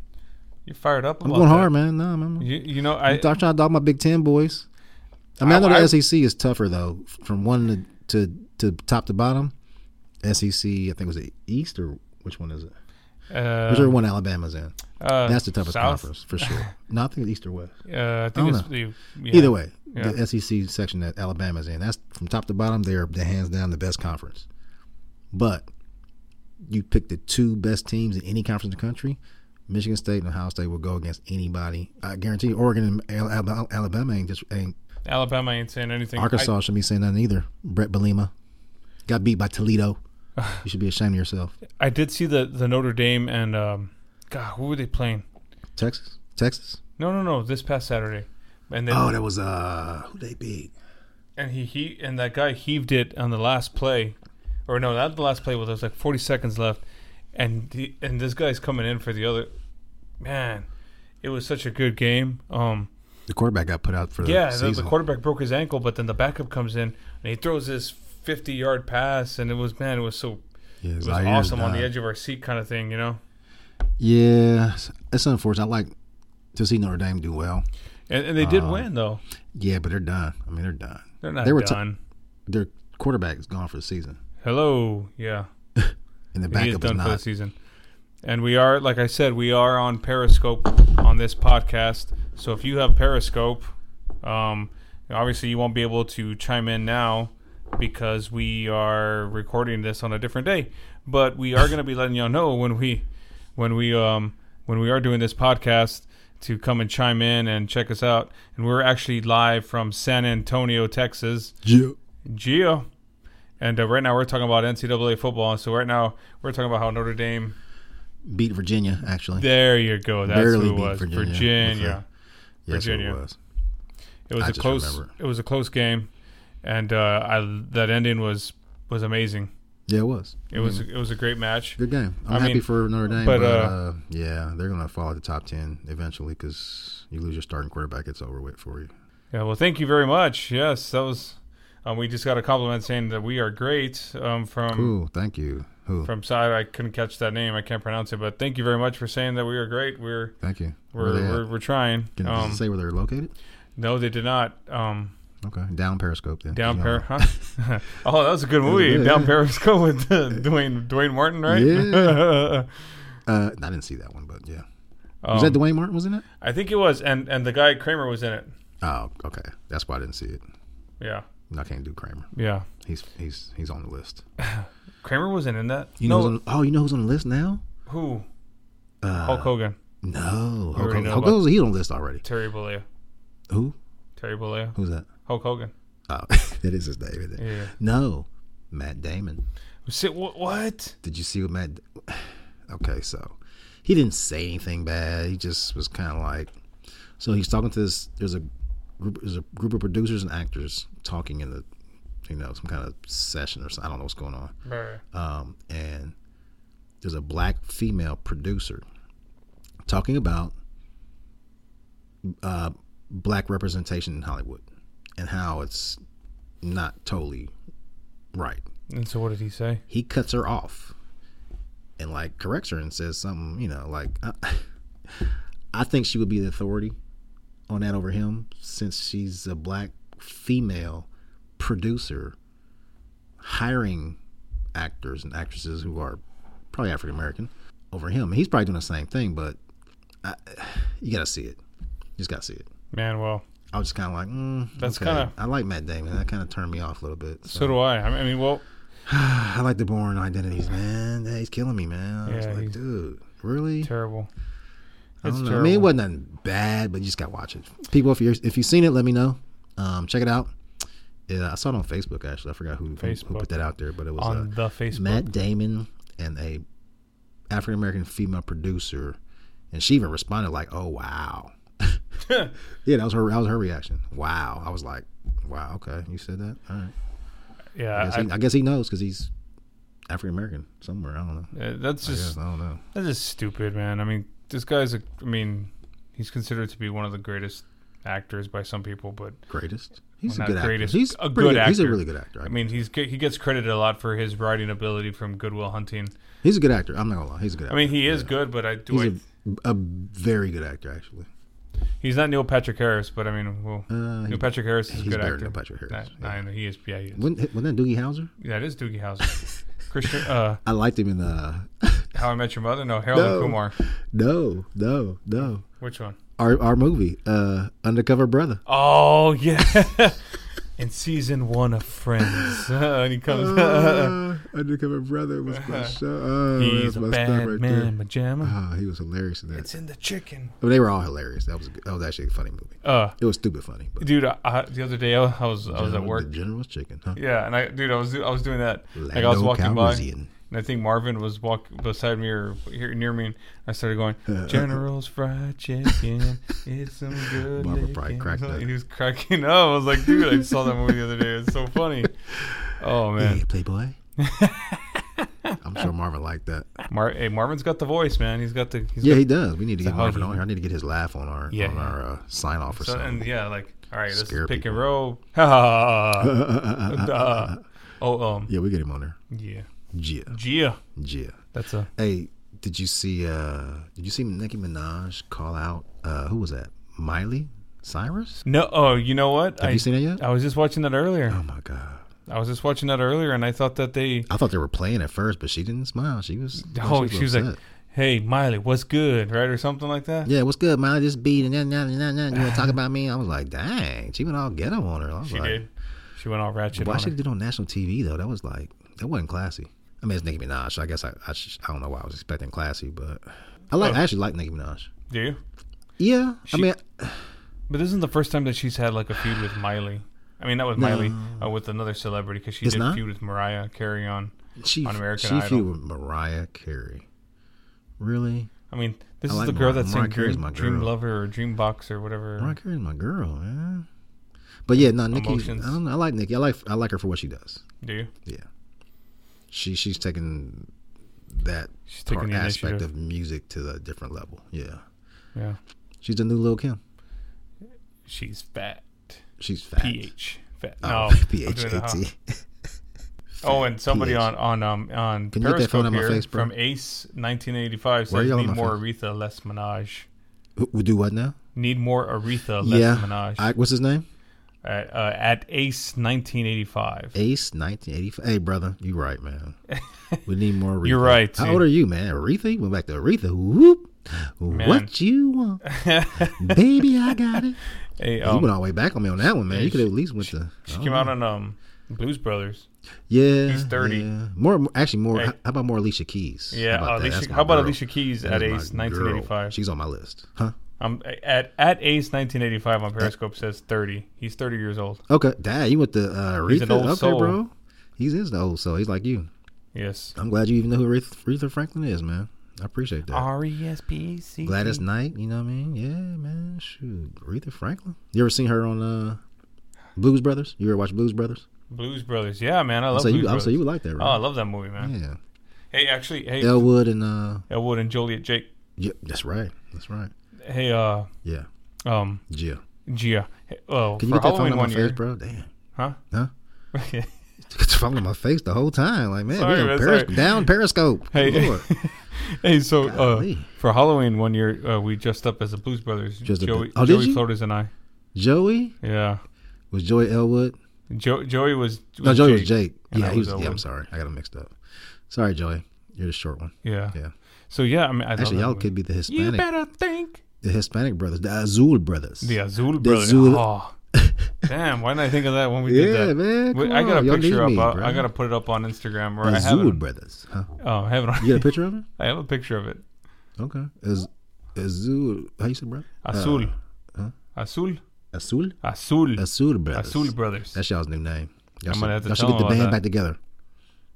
you're fired up. I'm about going that. hard, man. No, I'm, I'm, You, you know, I I'm trying to dog my Big Ten boys. I mean, I, know I- the SEC is tougher though, from one to, to to top to bottom. SEC, I think was it East or which one is it? uh, Whichever one Alabama's in. uh, That's the toughest South? conference for sure. No, I think East or West. uh, I I think don't it's the, yeah. Either way, Yeah. the SEC section that Alabama's in, that's from top to bottom, they're the hands down the best conference. But you pick the two best teams in any conference in the country, Michigan State and Ohio State will go against anybody. I guarantee you, Oregon and Al- Al- Alabama ain't just ain't Alabama ain't saying anything. Arkansas shouldn't be saying nothing either. Brett Belima got beat by Toledo. You should be ashamed of yourself. I, I did see the the Notre Dame and um, God, who were they playing? Texas, Texas. No, no, no. This past Saturday, and then Oh, that was uh, who they beat? and he, he and that guy heaved it on the last play, or no, not the last play. Well, there's like 40 seconds left, and the, and this guy's coming in for the other. Man, it was such a good game. Um, The quarterback got put out for yeah, the the, season. the quarterback broke his ankle, but then the backup comes in and he throws this 50 yard pass, and it was man, it was so yeah, uh, it was awesome on the edge of our seat kind of thing, you know. Yeah, it's unfortunate. I like to see Notre Dame do well. And, and they did win though. Yeah, but they're done. I mean, they're done. They're not they were t- done. Their quarterback is gone for the season, Hello, yeah. and the he is backup is, done for the not. season. And we are, like I said, we are on Periscope on this podcast. So if you have Periscope, um, obviously you won't be able to chime in now because we are recording this on a different day. But we are going to be letting y'all know when we, when we, um, when we are doing this podcast to come and chime in and check us out. And we're actually live from San Antonio, Texas. Yeah. Gio. And uh, right now we're talking about NCAA football. So right now we're talking about how Notre Dame. Beat Virginia actually. There you go. That's Barely who it beat was. Virginia. Virginia. Yes, Virginia. it was. It was I a just close. remember. It was a close game, and uh, I, that ending was was amazing. Yeah, it was. It was it was a great match. Good game. I'm I happy mean, for Notre Dame, but, but, uh, uh, yeah, they're going to fall out the top ten eventually because you lose your starting quarterback, it's over with for you. Yeah. Well, thank you very much. Yes, that was. Um, we just got a compliment saying that we are great um, from Cool, thank you. Who? from side. I couldn't catch that name. I can't pronounce it. But thank you very much for saying that we are great. We're thank you. Where we're they at? we're, we're trying. Can does it Um, say where they're located? no, they did not. Um, Okay, down Periscope then. Down You Par. know. Huh? oh, that was a good movie. Yeah, Down yeah. Periscope with uh, Dwayne Dwayne Martin, right? Yeah. Uh, I didn't see that one, but yeah. Was that Um, Dwayne Martin? Was in it? I think it was, and and the guy Kramer was in it. Oh, okay. That's why I didn't see it. Yeah, No, I can't do Kramer. yeah. He's he's he's on the list. Kramer wasn't in that. You know? no, Who's on, oh, you know who's on the list now? who? Uh, Hulk Hogan, No, Hulk already Hogan. know Hulk about- Hogan's- he's on the list already. Terry Bollea, Who? Terry Bollea, Who's that? Hulk Hogan. Oh, that is his name. Isn't it? Yeah. No, Matt Damon. Sit, what? what? Did you see what Matt? Okay, so he didn't say anything bad. He just was kind of like, so he's talking to this. There's a group, there's a group of producers and actors talking in the, you know, some kind of session or something. I don't know what's going on. Brr. um, and there's a black female producer talking about uh, black representation in Hollywood and how it's not totally right. And so, what did he say? He cuts her off and like corrects her and says something, you know, like I, I think she would be the authority on that over him since she's a black female producer hiring actors and actresses who are probably African American over him. And he's probably doing the same thing, but I, you got to see it. You just got to see it. Man, well, I was just kind of like, mm, That's okay. kinda- I like Matt Damon. That kind of turned me off a little bit. so do I. I mean, I mean, well, I like the born identities, man. Yeah, he's killing me, man. I was Yeah, like, he's- dude, really? terrible. I, It's don't know. I terrible. mean, it wasn't nothing bad, but you just got to watch it. People, if you are if you've seen it, let me know. Um, check it out. Yeah, I saw it on Facebook actually. I forgot who, who- who Facebook. put that out there, but it was on uh, the Facebook. Matt Damon and a African American female producer, and she even responded like, "Oh wow." yeah, that was her. That was her reaction. Wow. I was like, "Wow, okay, you said that. All right." I yeah, guess, I, he, I guess he knows because he's African American somewhere. I don't know. uh, that's I, guess, just I don't know. that's just stupid, man. I mean, this guy's a. I mean, he's considered to be one of the greatest actors by some people, but Greatest. He's Well, a good not actor. greatest, He's a pretty good He's a actor. really good actor. I mean, he's he gets credited a lot for his writing ability from Goodwill Hunting. he's a good actor. I'm not gonna lie. He's a good. actor. I mean, he is good, but I do. he's I, a, a very good actor actually. he's not Neil Patrick Harris, but I mean, well, Uh, Neil Patrick Harris is a he's good better actor. than Patrick Harris. Nah, nah, I know he is. Yeah, he is. Wasn't, wasn't that Doogie Howser? That is Doogie Howser. Christian, uh, I liked him in the. How I Met Your Mother. No, Harold No. and Kumar. no, no, no. Which one? Our our movie, uh, Undercover Brother. Oh yeah. In season one of Friends, and he comes. Uh, Undercover Brother was my show. Oh, that's he's a my stuff bad right there. man, pajama. Oh, he was hilarious in that. It's in the chicken. I mean, they were all hilarious. That was a good, that was actually a funny movie. Uh, It was stupid funny. But dude, I, I- the other day I was I was at General- work. The General's chicken, huh? Yeah, and I, dude, I was do- I was doing that. Like I was Lando walking by, Calrissian. and I think Marvin was walking beside me or here near me, and I started going, Uh, "General's fried chicken, it's some good." Marvin probably licking." cracked up. And he was cracking up. I was like, dude, I saw that movie the other day. It's so funny. Oh Hey, man, Playboy. I'm sure Marvin liked that. Mar- hey, Marvin's got the voice, man. He's got the he's Yeah, got- he does. We need to get Marvin huggy. on here. I need to get his laugh on our Yeah, on yeah. our uh, sign off or so- something. and yeah, like all right, this Scare is pick and people. roll. Ha ha, ha, ha. Duh. Oh um, yeah, we get him on there. yeah, Yeah, Gia. yeah. That's a Hey, did you see? uh Did you see Nicki Minaj call out? uh Who was that? Miley Cyrus. no. Oh, you know what? Have I, you seen it yet? I was just watching that earlier. Oh my god! I was just watching that earlier, and I thought that they. I thought they were playing at first, but she didn't smile. She was. Oh, she was like, upset. "Hey, Miley, what's good?" Right or something like that. "Yeah, what's good, Miley? Just beat and then nah, nah, nah, nah. you want to talk about me?" I was like, "Dang!" She went all ghetto on her. I was she like, did. She went all ratchet. Why on should her. they do it on national TV though? That was like that wasn't classy. I mean, it's Nicki Minaj. So I guess I I, sh- I don't know why I was expecting classy, but I like I actually like Nicki Minaj. Do you? Yeah, I mean, But this isn't the first time that she's had like a feud with Miley. I mean, not with Miley, uh, with another celebrity because she It's did not? feud with Mariah Carey on. she on American she Idol. feud with Mariah Carey. Really, I mean, this I is like the girl Mariah. that's Mariah in Carey's Dream, my Dream girl. Lover or Dream Box or whatever. Mariah Carey's my girl, man. But yeah, no, Nicki. Emotions. I don't know. I like Nicki. I like I like her for what she does. Do you? Yeah, she she's taking that She's taking part- the aspect initiative. of music to a different level. Yeah, Yeah. she's the new Lil Kim. She's fat. She's fat. PH. Fat. Oh, No. I'm doing it, huh? PHAT. Oh, and somebody PH. on on um on Can you get that Periscope phone out of my here face, bro? from Ace 1985 Why are says you on need my more Aretha, less Minaj. Who- We do what now? Need more Aretha, less yeah. Minaj. I, what's his name? at, uh, at Ace 1985. Ace, nineteen eighty-five. Hey, brother, you right, man. We need more. Aretha. You're right, How dude. old are you, man? Aretha. You went back to Aretha. Whoop. What you want, baby? I got it. Hey, you um, went all the way back on me on that one, man. you could have at least went to. oh. she came out on um Blues Brothers. Yeah, he's 30. Yeah. More, more- actually, more. Hey. How about more Alicia Keys? Yeah, how about, that? That's Alicia, my how about girl. Alicia Keys That at is my Ace girl. 1985? She's on my list, huh? Um, at at Ace 1985 on Periscope says 30. He's 30 years old. Okay, Dad, you went to uh, Aretha. He's an old okay, soul. bro. He's is the old soul. He's like you. Yes. I'm glad you even know who Aretha, Aretha Franklin is, man. I appreciate that. R e s p c. Gladys Knight, you know what I mean? Yeah, man. Shoot, Aretha Franklin. You ever seen her on uh, Blues Brothers? You ever watch Blues Brothers? Blues Brothers. Yeah, man, I love so Blues you, Brothers. so you would like that, oh, I right? love that movie, man. yeah. Hey, actually, hey, Elwood and uh, Elwood and Joliet Jake. yep, that's right, that's right. Hey, uh, Yeah, um, yeah. Gia. Hey, oh, Can for you get that phone Halloween on my one face, year, bro? Damn, huh? huh? Get the phone on my face the whole time, like man. Sorry, we man, on Peris- sorry. down Periscope. Hey. Lord. Hey, so uh, Golly. for Halloween one year, uh, we dressed up as the Blues Brothers. Dressed up Joey, as- Oh, did Joey you? Flores and I. Joey Yeah. was Joey Elwood. Jo- Joey was. No, Joey was Jake. and Yeah, I he was was, yeah, Elwood. I'm sorry, I got him mixed up. Sorry, Joey. You're the short one. Yeah. Yeah. So yeah, I mean, I Actually, love y'all that could be the movie. You Hispanic, better think. the Hispanic brothers, the Azul brothers. The Azul Brothers. Azul- Oh, damn! Why didn't I think of that when we did Yeah, that? man, Wait, come I got on, a y'all need picture up. uh, me, I- bro. I got to put it up on Instagram. Or I have Azul it. brothers, huh? Oh, I have it on. You got a picture of it? I have a picture of it. Uh, Uh, Okay. Az- Azul, how you say, bro? Azul. Azul. Azul? Azul. Azul Brothers. Azul Brothers. That's y'all's new name. Y'all I'm gonna should, have to y'all should tell get the them about band that. back together.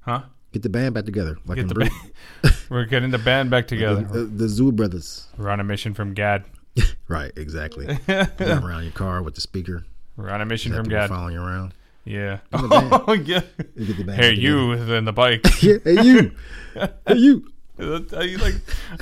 Huh? Get the band back together. Like in Get the Bru- band. We're getting the band back together. the, the Zoo Brothers. We're on a mission from God. Right, exactly. Drive around your car with the speaker. We're on a mission Got from people God. following you around. Yeah. the band. Oh, yeah. You Get the band Hey, back you in the bike. together. Yeah, hey, you. hey, you. I like,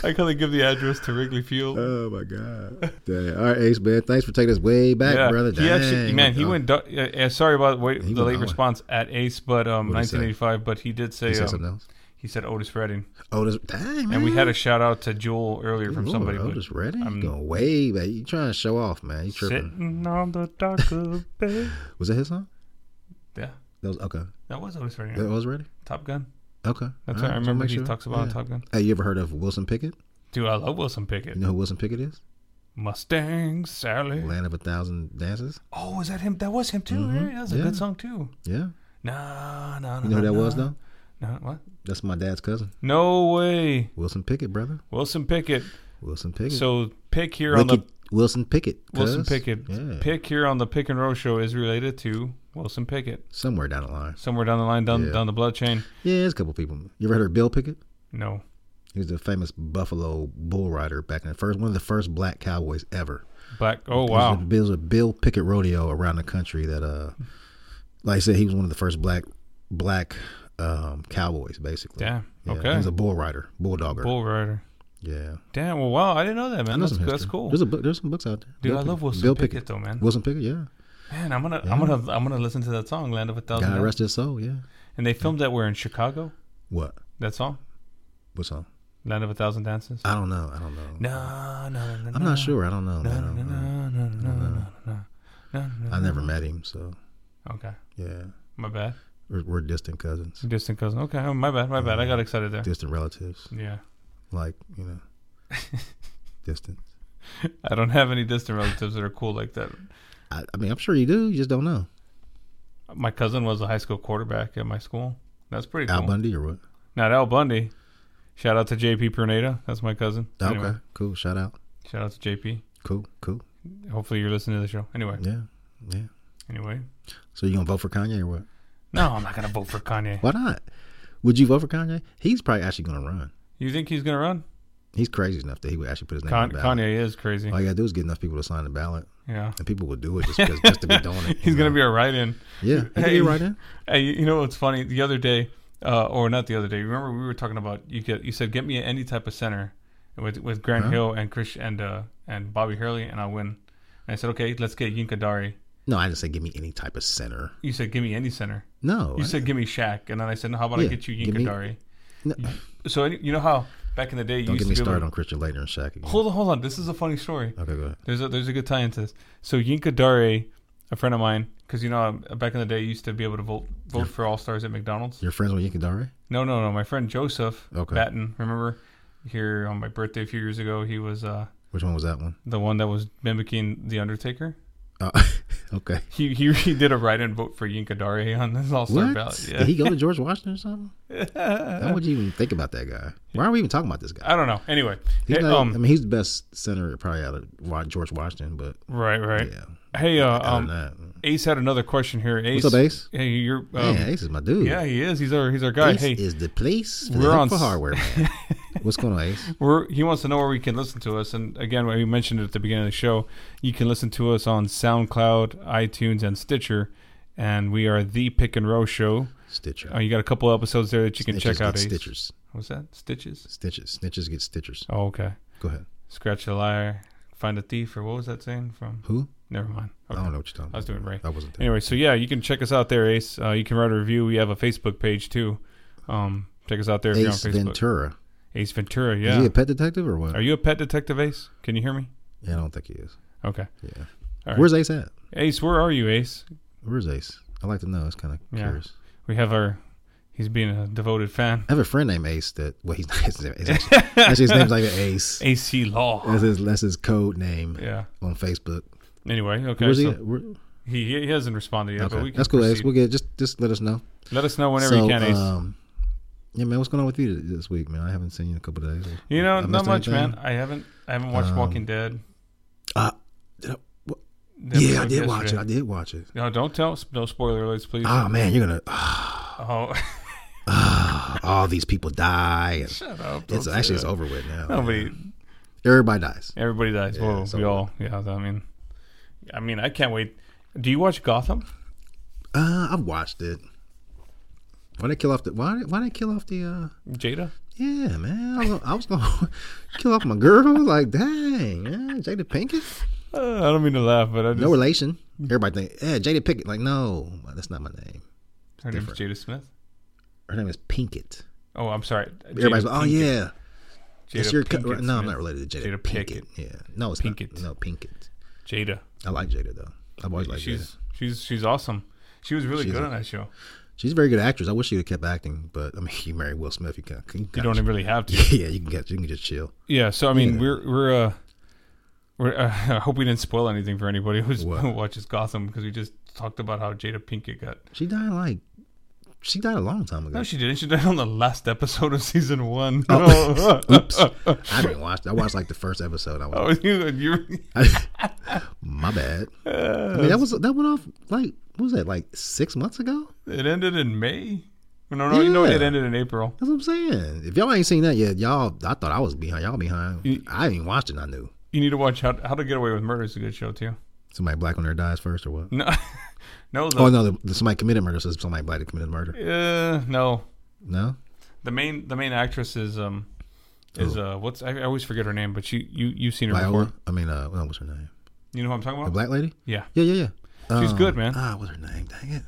I kind of give the address to Wrigley Field. Oh, my God. Dang. All right, Ace, man. Thanks for taking us way back, yeah, brother. he actually, Dang. Oh, man, he went. du- Uh, uh, sorry about wait, He the went late on. response at Ace, but um, What'd he say? 1985. But he did say, He said um, something else. he said Otis Redding, Oh, this, dang, man. and we had a shout out to Joel earlier from Ooh, somebody. but Otis Redding? I'm- You going way back. You trying to show off, man. You tripping. Sitting on the dock of the bay. Was that his song? Yeah, That was okay. that was Otis Redding. That was ready. Top Gun. Okay. That's All what right, just I wanna remember. make He sure. talks about on Yeah. Top Gun. Hey, you ever heard of Wilson Pickett? Dude, I love Wilson Pickett. You know who Wilson Pickett is? Mustang Sally. Land of a Thousand Dances. Oh, is that him? That was him too. Right? That was a Yeah. good song too. Mm-hmm. Yeah. Nah, nah, nah. You know who nah, that was nah. though? Nah, what? That's my dad's cousin, No way. Wilson Pickett, brother. Wilson Pickett. Wilson Pickett. So pick here on Wicked the Wilson Pickett. Wilson cuz. Pickett. Yeah. Pick here on the pick and roll show is related to Wilson Pickett. Somewhere down the line. Somewhere down the line, down Yeah. down the blood chain. Yeah, there's a couple people. You ever heard of Bill Pickett? No. He was the famous Buffalo bull rider back in the first one of the first black cowboys ever. Black. Oh There was wow. a- There was a Bill Pickett rodeo around the country that, uh, like I said, he was one of the first black black um, cowboys, basically. Damn. He Okay. was a bull rider, bulldogger. Bull rider. yeah. Damn. Well, wow. I didn't know that, I man. know That's, some that's history. cool. There's a book. There's some books out there. Dude, Bill I love Pickett- Wilson Bill Pickett, Pickett, though, man. Wilson Pickett, yeah. Man, I'm gonna I'm gonna I'm gonna listen to that song, Land of a Thousand. God Days. rest his soul. Yeah. And they filmed that where in Chicago. What? That song, What song? Land of a Thousand Dances. I don't know. I don't know. No, no, no, no. I'm not sure. I don't know. No, man. I no, no, don't know. no, no, no, no, no, no, no. I never met him, so Okay, yeah, my bad. we're, we're distant cousins, Distant cousin. Okay, oh, my bad, my bad. I got excited there. distant relatives, Yeah, like you know, distant. I don't have any distant relatives that are cool like that. I, I mean, I'm sure you do. You just don't know. My cousin was a high school quarterback at my school. That's pretty cool. Al Bundy or what? Not Al Bundy. Shout out to JP Pernada. That's my cousin. Anyway, Okay, cool. Shout out. Shout out to JP. Cool, cool. Hopefully you're listening to the show. Anyway, Yeah, yeah. anyway. So you gonna vote for Kanye or what? No, I'm not gonna vote for Kanye. Why not? Would you vote for Kanye? He's probably actually gonna run. You think he's gonna run? He's crazy enough that he would actually put his name on Con- the ballot. Kanye is crazy. All you gotta do is get enough people to sign the ballot, Yeah. and people will do it just because, just to be doing it. He's gonna be a write-in. be yeah. He can Hey. be right in. Hey, you you know what's funny? The other day, uh, or not the other day. Remember we were talking about you get you said get me any type of center with with Grant Huh? Hill and Chris and uh, and Bobby Hurley and I win. And I said okay, let's get Yinkadari. No, I didn't say give me any type of center. You said give me any center. No, You I- said give me Shaq, and then I said no, how about I Yeah, get you give me- Yinkadari? no. So any, you know how back in the day you don't used get to me be able started to- on Christian Leitner and Shaq again. Hold on, hold on. This is a funny story. Okay, go ahead. There's a there's a good tie into this. So Yinka Dare, a friend of mine, because you know um, back in the day you used to be able to vote vote for all stars at McDonald's. You're friends with Yinkadari? No, no, no. My friend Joseph Okay. Batten, remember here on my birthday a few years ago, he was uh, Which one was that one? the one that was mimicking the Undertaker. Uh, okay. He he, he did a write-in vote for Yinka Dare on this All Star What? ballot. Yeah. Did he go to George Washington or something? How would you even think about that guy? Why are we even talking about this guy? I don't know. Anyway, He's hey, not- um, I mean, he's the best center probably out of Wa- George Washington, but right, right. yeah. Hey, uh, Other than um, that, Ace had another question here. Ace, up, Ace? Hey, you're. Um, man, Ace is my dude. yeah, he is. He's our he's our guy. Ace hey, is the place for, we're the on for s- hardware, man. What's going on, Ace? We're, he wants to know where we can listen to us. And again, we mentioned it at the beginning of the show. You can listen to us on SoundCloud, iTunes, and Stitcher. And we are the Pick and Row Show. Stitcher. Uh, you got a couple episodes there that you can Snitches check out. get Ace. Stitchers. What's that? Stitches? Stitches. Snitches get stitchers. Oh, okay. Go ahead. Scratch the liar, find a thief, or what was that saying from? Who? Never mind. Okay. I don't know what you're talking about. I was doing it right. That wasn't there. Anyway, so yeah, you can check us out there, Ace. Uh, you can write a review. We have a Facebook page too. Um, check us out there if Ace you're on Facebook. Ventura. Ace Ventura, Is yeah. he a pet detective or what? Are you a pet detective, Ace? Can you hear me? yeah, I don't think he is. Okay. Yeah. All right. Where's Ace at? Ace, where are you, Ace? Where's Ace? I like to know. It's kind of Yeah. curious. We have our. He's being a devoted fan. I have a friend named Ace that well, he's not. His name, it's actually, actually, his name's like an Ace. AC Law. That's his that's his code name Yeah. on Facebook. Anyway, okay. Where's so he? at? Where, he, he? hasn't responded yet, but we okay, can that's cool. Ace, proceed. we'll get just just let us know Let us know whenever you can, Ace. Um, yeah, man, what's going on with you this week, man? I haven't seen you in a couple of days. you know, I not missed much, anything? Um, man. I haven't. I haven't watched Walking Dead. Uh, did I- what- that we Yeah, I did did watch it. yesterday. I did watch it. No, don't tell. No spoiler alerts, please. Oh man, you're gonna ah, oh, all these people die. And shut up! it's Don't actually do it's that. over with now. Nobody, Everybody dies. everybody dies. Whoa, it's we over. all. Yeah, I mean, I mean, I can't wait. Do you watch Gotham? Uh, I've watched it. Why they kill off the? Why why they kill off the? uh Jada? Yeah, man, I was, I was gonna kill off my girl. Like, dang, man, Jada Pinkett, Uh, I don't mean to laugh, but I just no relation. Everybody think, yeah, Jada Pinkett. Like, no, that's not my name. her name's Jada Smith. Her name is Pinkett. Oh, I'm sorry. Everybody's Jada like, oh Pinkett. yeah, Jada that's your. co- Pinkett no, I'm Smith. not related to Jada, Jada Pinkett. Pickett. Yeah, no, it's not. Pinkett. No, Pinkett. Jada. I like Jada though. I've always liked Jada. She's she's she's awesome. She was really She's good a- on that show. She's a very good actress. I wish she would have kept acting, but I mean, you marry Will Smith, you can't. You, You gotta- don't really have to. Yeah, you can get. You can just chill. Yeah. So I mean, we're we're uh, we're uh, I hope we didn't spoil anything for anybody who's, who What? watches Gotham because we just talked about how Jada Pinkett got. She died like. She died a long time ago. No, she didn't. She died on the last episode of season one. Oh, Oops. I didn't watch. I watched like the first episode. I was, Oh, you, you, my bad. I mean, that was that went off like what was that like six months ago? it ended in May. No, no, you know it Yeah. ended in April. That's what I'm saying. If y'all ain't seen that yet, y'all. I thought I was behind. Y'all behind. You- I didn't even watch it. and I knew You need to watch how, how to Get Away with Murder is a good show too. somebody black on there dies first or what? No, no, the, Oh no, the, the, somebody committed murder. So somebody black that committed murder. uh, no. No. The main the main actress is um is uh what's I, I always forget her name, but she you you've seen her Viola. before. I mean, uh, what was her name? You know who I'm talking The about? black lady. Yeah, Yeah, yeah, yeah. She's good, man. Ah, what's her name? Dang it.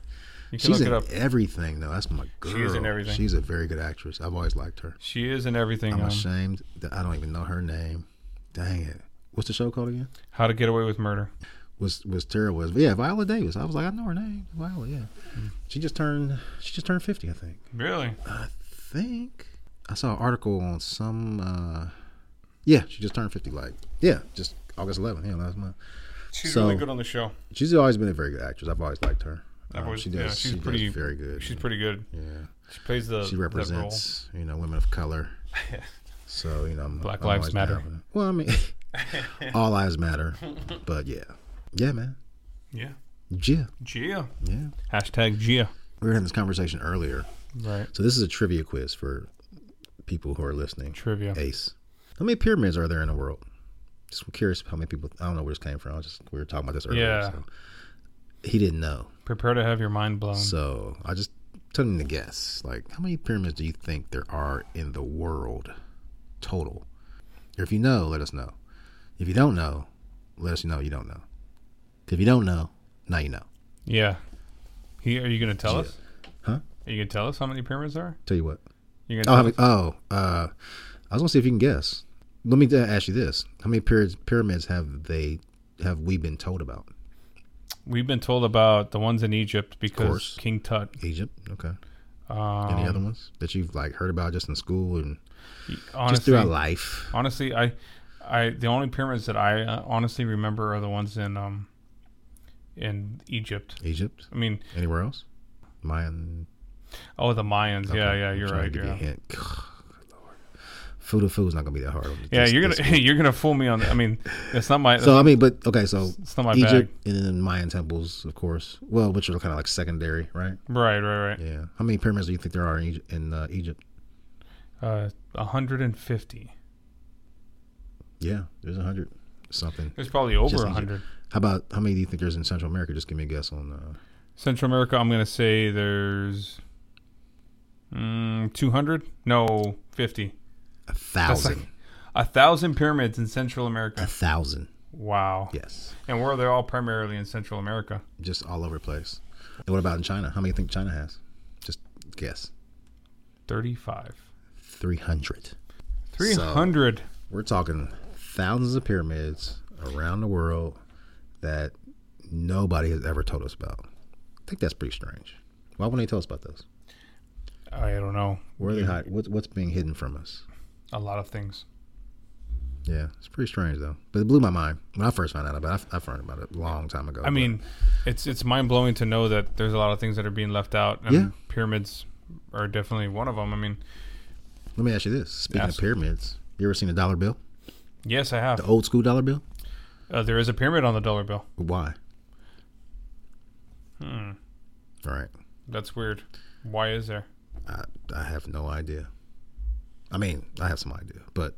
you can She's look in it up. everything though. That's my girl. She is in everything. She's a very good actress. I've always liked her. She is in everything. I'm um, ashamed that I don't even know her name. Dang it. What's the show called again? How to Get Away with Murder. Was was terrible. Was yeah, Viola Davis. I was like, I know her name. Viola, yeah. She just turned she just turned fifty, I think. Really? Mm. I think I saw an article on some uh Yeah, she just turned fifty like yeah, just August eleventh, yeah, last month. She's So- really good on the show. She's always been a very good actress. I've always liked her. I've Um, always- she does yeah, she's she does pretty- very good. She's pretty good. yeah. She plays the she that role. represents you know women of color. so you know, I'm, Black I'm lives always matter. down for that. Well, I mean, all lives matter, but yeah, yeah, man, Yeah. yeah, Gia. yeah. Hashtag Gia. We were having this conversation earlier. Right. So this is a trivia quiz for people who are listening. Trivia. Ace, how many pyramids are there in the world? Just curious how many people. I don't know where this came from. I just we were talking about this earlier. Yeah. so. He didn't know, Prepare to have your mind blown. so I just told him to guess. Like, how many pyramids do you think there are in the world total? Or if you know, let us know. If you don't know, let us know you don't know. 'Cause If you don't know, now you know. yeah. He, are you going to tell us? Huh? Are you going to tell us how many pyramids there are? Tell you what. You're Oh, going have to a- oh. Uh, I was gonna see if you can guess. Let me uh, ask you this: How many pyramids, pyramids have they have we been told about? We've been told about the ones in Egypt because course. King Tut. Egypt, okay. Um, Any other ones that you've like heard about just in school and just honestly, throughout life? honestly, I, I, the only pyramids that I uh, honestly remember are the ones in, um, in Egypt. Egypt. I mean, Anywhere else? Mayan. oh, the Mayans. Yeah, Okay, yeah, I'm you're trying right. to give you a Yeah. hint. Food of food is not gonna be that hard. on Yeah, this- you're this gonna one. you're gonna fool me on. I mean, it's not my. So I mean, but okay, so It's not my Egypt and then Mayan temples, of course. Well, which are kind of like secondary, right? right, right, right. Yeah. How many pyramids do you think there are in Egypt? In, uh, Egypt? Uh, 150. Yeah, there's a hundred something. There's probably over Just Egypt. 100. How about how many do you think there's in Central America? Just give me a guess on. Uh, Central America. I'm gonna say there's mm, 200. No, 50. a thousand. like- A thousand pyramids in Central a America. thousand. Wow. Yes. And where they're all primarily in Central America. Just all over the place. And what about in China? How many do you think China has? Just guess. 35. Three hundred. 300. We're talking thousands of pyramids around the world that nobody has ever told us about. I think that's pretty strange. Why wouldn't they tell us about those? I don't know. Where are they hiding? What, what's being hidden from us? A lot of things. Yeah, it's pretty strange though. But it blew my mind when I first found out about it. I, I found out about it a long time ago. I mean, it's it's mind blowing to know that there's a lot of things that are being left out. And Yeah. Pyramids are definitely one of them. I mean, let me ask you this: Speaking Yes. of pyramids, you ever seen a dollar bill? yes, I have. The old school dollar bill? Uh, there is a pyramid on the dollar bill. Why? Hmm. Right. That's weird. Why is there? I I have no idea. I mean, I have some idea, but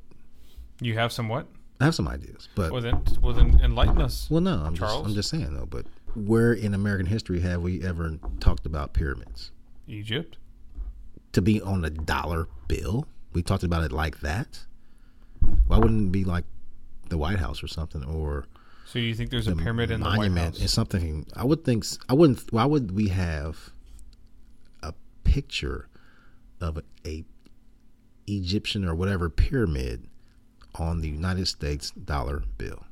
You have some what? I have some ideas, but Well then, well then enlighten us. well, no, I'm just Charles? I'm just saying though. But where in American history have we ever talked about pyramids Egypt. to be on a dollar bill? We talked about it like that. Why wouldn't it be like the White House or something, or So you think there's a pyramid in the White monument House? is something I would think s- I wouldn't why would we have a picture of a, Egyptian or whatever pyramid on the United States dollar bill?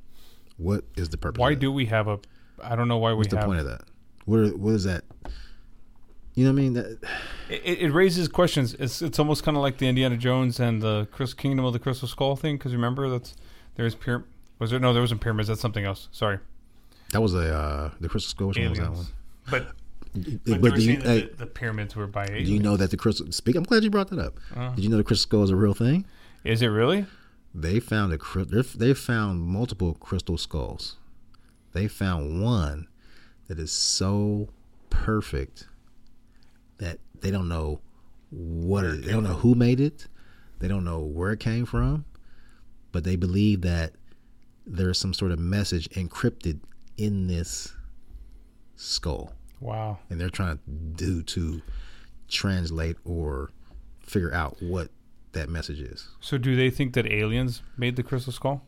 What is the purpose? Why of that? do we have a? I don't know why we what's the have. point of that? What are- what is that? You know what I mean? That, It, it it raises questions. It's it's almost kind of like the Indiana Jones and the Chris Kingdom of the Crystal Skull thing. Because remember that's there's pyram Was there no? There wasn't pyramids. That's something else. Sorry. that was a uh, the Crystal Skull. Which one was that one? Aliens. But But, but do you, you, hey, the, the pyramids were by do you aliens. know that the crystal? Speak. I'm glad you brought that up. Did you know the Crystal Skull is a real thing? Is it really? They found a cry- they're- they found multiple crystal skulls. They found one that is so perfect that they don't know what it, they don't know who made it. They don't know where it came from, but they believe that there is some sort of message encrypted in this skull, Wow. and they're trying to do to translate or figure out what that message is. So do they think that aliens made the Crystal Skull?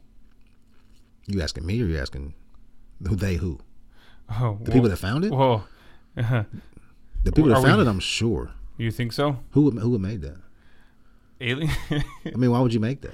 You asking me, or you asking who they who? Oh, The people that found it, Whoa. the people that are we- found it. I'm sure You think so? who would- who would made that. Alien. I mean, why would you make that?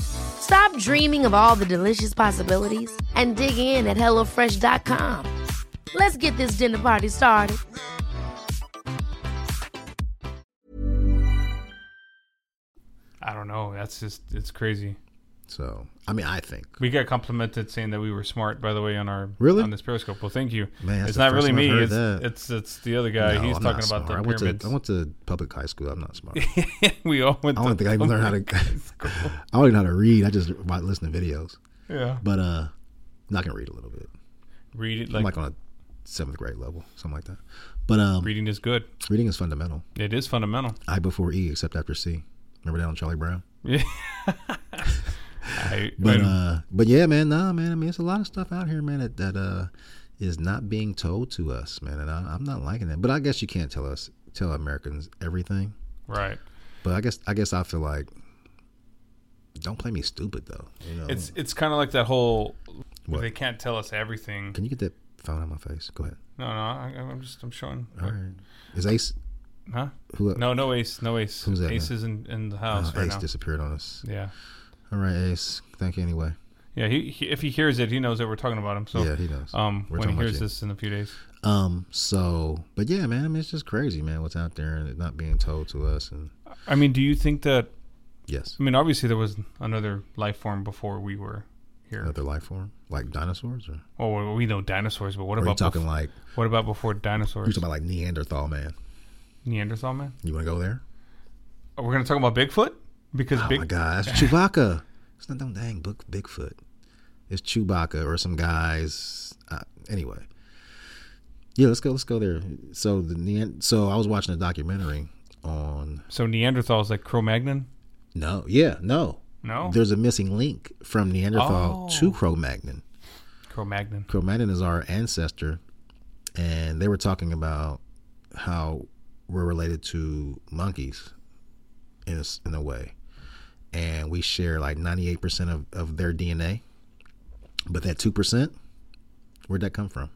Stop dreaming of all the delicious possibilities and dig in at HelloFresh.com. Let's get this dinner party started. I don't know. That's just it's crazy. So, I mean, I think We got complimented saying that we were smart, by the way, on our Really? on this periscope. Well, thank you. Man, that's it's the not first really time I've me. heard It's, that. it's it's the other guy. No, He's I'm talking not about smart. I the went to- pyramids. I went to public high school. I'm not smart. we all went. I don't to think I even learned how to. I don't even know how to read. I just by listening to videos. Yeah. But uh, no, I can read a little bit. Read it I'm like, like on a seventh grade level, something like that. But um, reading is good. reading is fundamental. It is fundamental. I before E, except after C. Remember that on Charlie Brown. Yeah. I, But I- uh, but yeah, man, nah, man. I mean, it's a lot of stuff out here, man, that, that uh is not being told to us, man, and I, I'm not liking that. But I guess you can't tell us tell Americans everything. right. But I guess I guess I feel like don't play me stupid though. You know, It's it's kind of like that whole. What? They can't tell us everything. can you get that phone out of my face? Go ahead. No, no. I, I'm just I'm showing. All right, is Ace Huh? who No, no ace, no ace. Who's that, ace man? is in, in the oh, house right Ace now. disappeared on us. yeah, All right, Ace. Thank you anyway. yeah. He, he if he hears it, he knows that we're talking about him. So yeah, he knows. um, We're when talking about he hears you. this in a few days, Um. So, but yeah, man. I mean, it's just crazy, man. What's out there and it not being told to us. And I mean, do you think that? yes, I mean, obviously there was another life form before we were here. another life form like dinosaurs, or, Oh, well, we know dinosaurs, but what or are you about talking bef- like what about before you dinosaurs? talking about like Neanderthal man? Neanderthal man? You want to go there? Oh, we're gonna talk about Bigfoot because Oh Big. my gosh, Chewbacca! It's not them dang book Bigfoot. It's Chewbacca or some guys. Uh, anyway, yeah, let's go. Let's go there. So the Neand- so I was watching a documentary on So Neanderthals like Cro-Magnon? no, yeah, no. No, There's a missing link from Neanderthal to Cro-Magnon. Cro-Magnon. Cro-Magnon is our ancestor, and they were talking about how we're related to monkeys in a, s- in a way. and we share like 98% of, of their DNA. But that 2%, where'd that come from?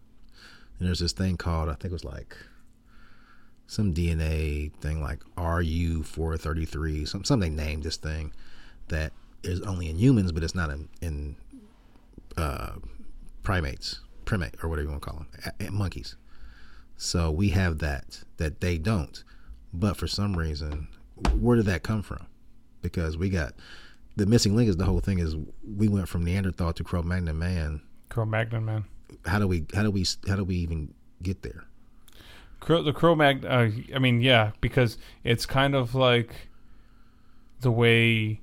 And there's this thing called, I think it was like some DNA thing like RU433, some, something named this thing that is only in humans, but it's not in, in uh, primates, primate, or whatever you want to call them, a- a- monkeys. So we have that, that they don't. But for some reason, where did that come from? Because we got the missing link is the whole thing is we went from Neanderthal to Cro Magnon man. Cro-Magnon man. How do we, how do we, how do we even get there? Cro- the Cro-Mag. Uh, I mean, yeah, because it's kind of like the way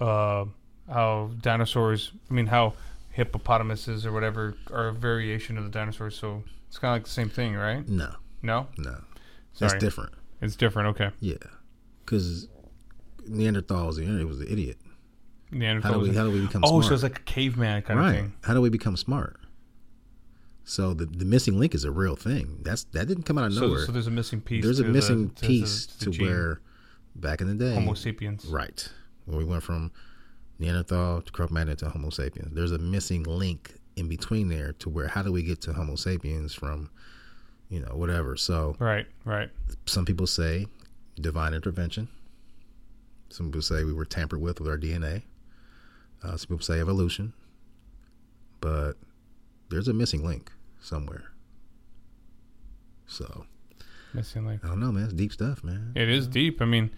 uh, how dinosaurs. I mean, how hippopotamuses or whatever are a variation of the dinosaurs. So it's kind of like the same thing, right? No, No, no, that's Sorry. different. it's different. Okay, Yeah, because Neanderthals, you know, it was an idiot. How do Neanderthals. we how do we become oh, smart? so it's like a caveman kind of right. thing. How do we become smart? So the the missing link is a real thing. That's that didn't come out of So, nowhere. so there's a missing piece. There's to a the- missing to the- piece to, gene. where back in the day, Homo sapiens. right, when we went from Neanderthal to Cro-Magnon to Homo sapiens, there's a missing link in between there to where how do we get to Homo sapiens from, you know, whatever. So Right, right. some people say divine intervention. Some people say we were tampered with with our DNA. Uh, some people say evolution. But there's a missing link somewhere. So Missing like I don't know, man. It's deep stuff, man. It is deep. I mean,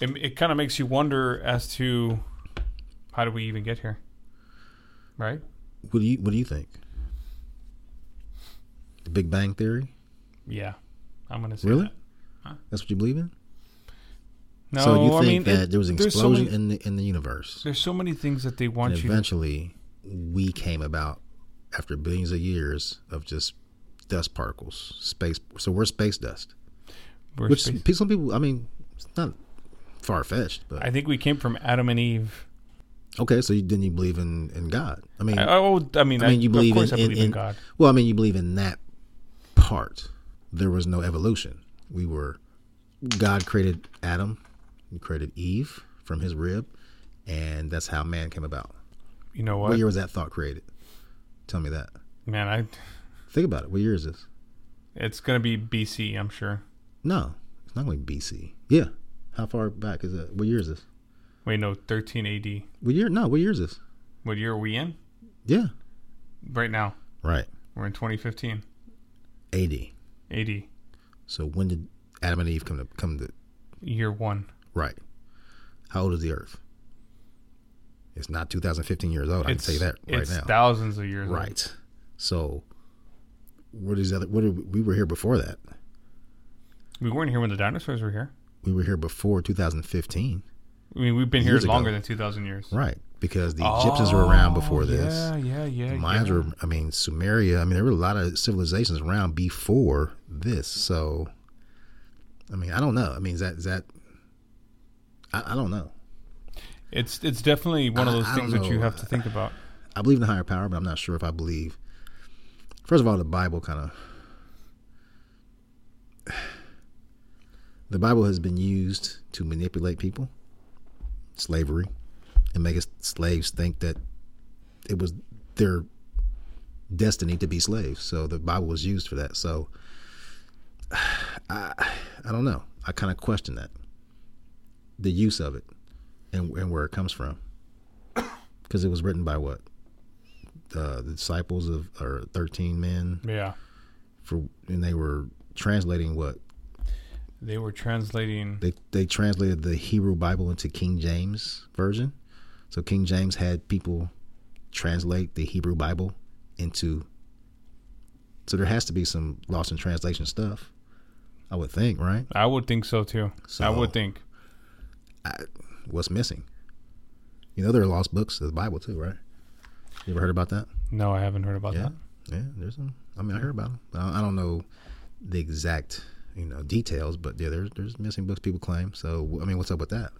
it, it kind of makes you wonder as to how do we even get here, right? What do you What do you think? The Big Bang Theory? Yeah, I'm gonna say Really? that. That's what you believe in? No, so you think I mean, that it- there was an there's explosion So many, in the in the universe, there's so many things that they and want you. to eventually we came about after billions of years of just dust particles, space. So we're space dust. we're Which space- pe- some people, I mean, it's not far fetched, but I think we came from Adam and Eve. okay. So you, then you believe in in God? I mean, I, oh, I mean, I mean, you believe of course in, I believe in, God. Well, I mean, you believe in that part. There was no evolution. We were God created Adam, he created Eve from his rib, and that's how man came about. You know What, what, year was that thought created? Tell me that. man? I Think about it. What year is this? it's gonna be BC. I'm sure. No, it's not going BC. Yeah. How far back is that? What year is this? Wait, no, 13 AD. What year? No, what year is this? What year are we in? Yeah. Right now, Right. we're in 2015 AD. AD, So when did Adam and Eve come to come to year one. right? How old is the Earth? It's not 2015 years old. I can say that right it's now. thousands of years. old. right. So what is the other? What are, we we were here before that. We weren't here when the dinosaurs were here. We were here before 2015. I mean, we've been here Years longer ago. than 2,000 years. Right. Because the Egyptians were around before this. Oh, Yeah, yeah, yeah. The Mayans yeah. were, I mean, Sumeria. I mean, there were a lot of civilizations around before this. So, I mean, I don't know. I mean, is that, is that, I, I don't know. It's it's definitely one of I- those I things don't that you know. have to think about. I believe in a higher power, but I'm not sure if I believe. First of all, the Bible kind of. The Bible has been used to manipulate people, slavery, and make us slaves think that it was their destiny to be slaves. So the Bible was used for that. So I, I don't know. I kind of question that, the use of it, and and where it comes from, because it was written by what uh, the disciples of or 13 men Yeah. for and they were translating what They were translating. they they translated the Hebrew Bible into King James version so King James had people translate the Hebrew Bible into so there has to be some lost in translation stuff I would think right I would think so too. I So- would think. what's missing you know there are lost books of the Bible too right you ever heard about that No, I haven't heard about Yeah, that. yeah. There's some. I mean, I heard about them. I I don't know the exact you know details, but yeah, there's there's missing books people claim. So I mean, what's up with that?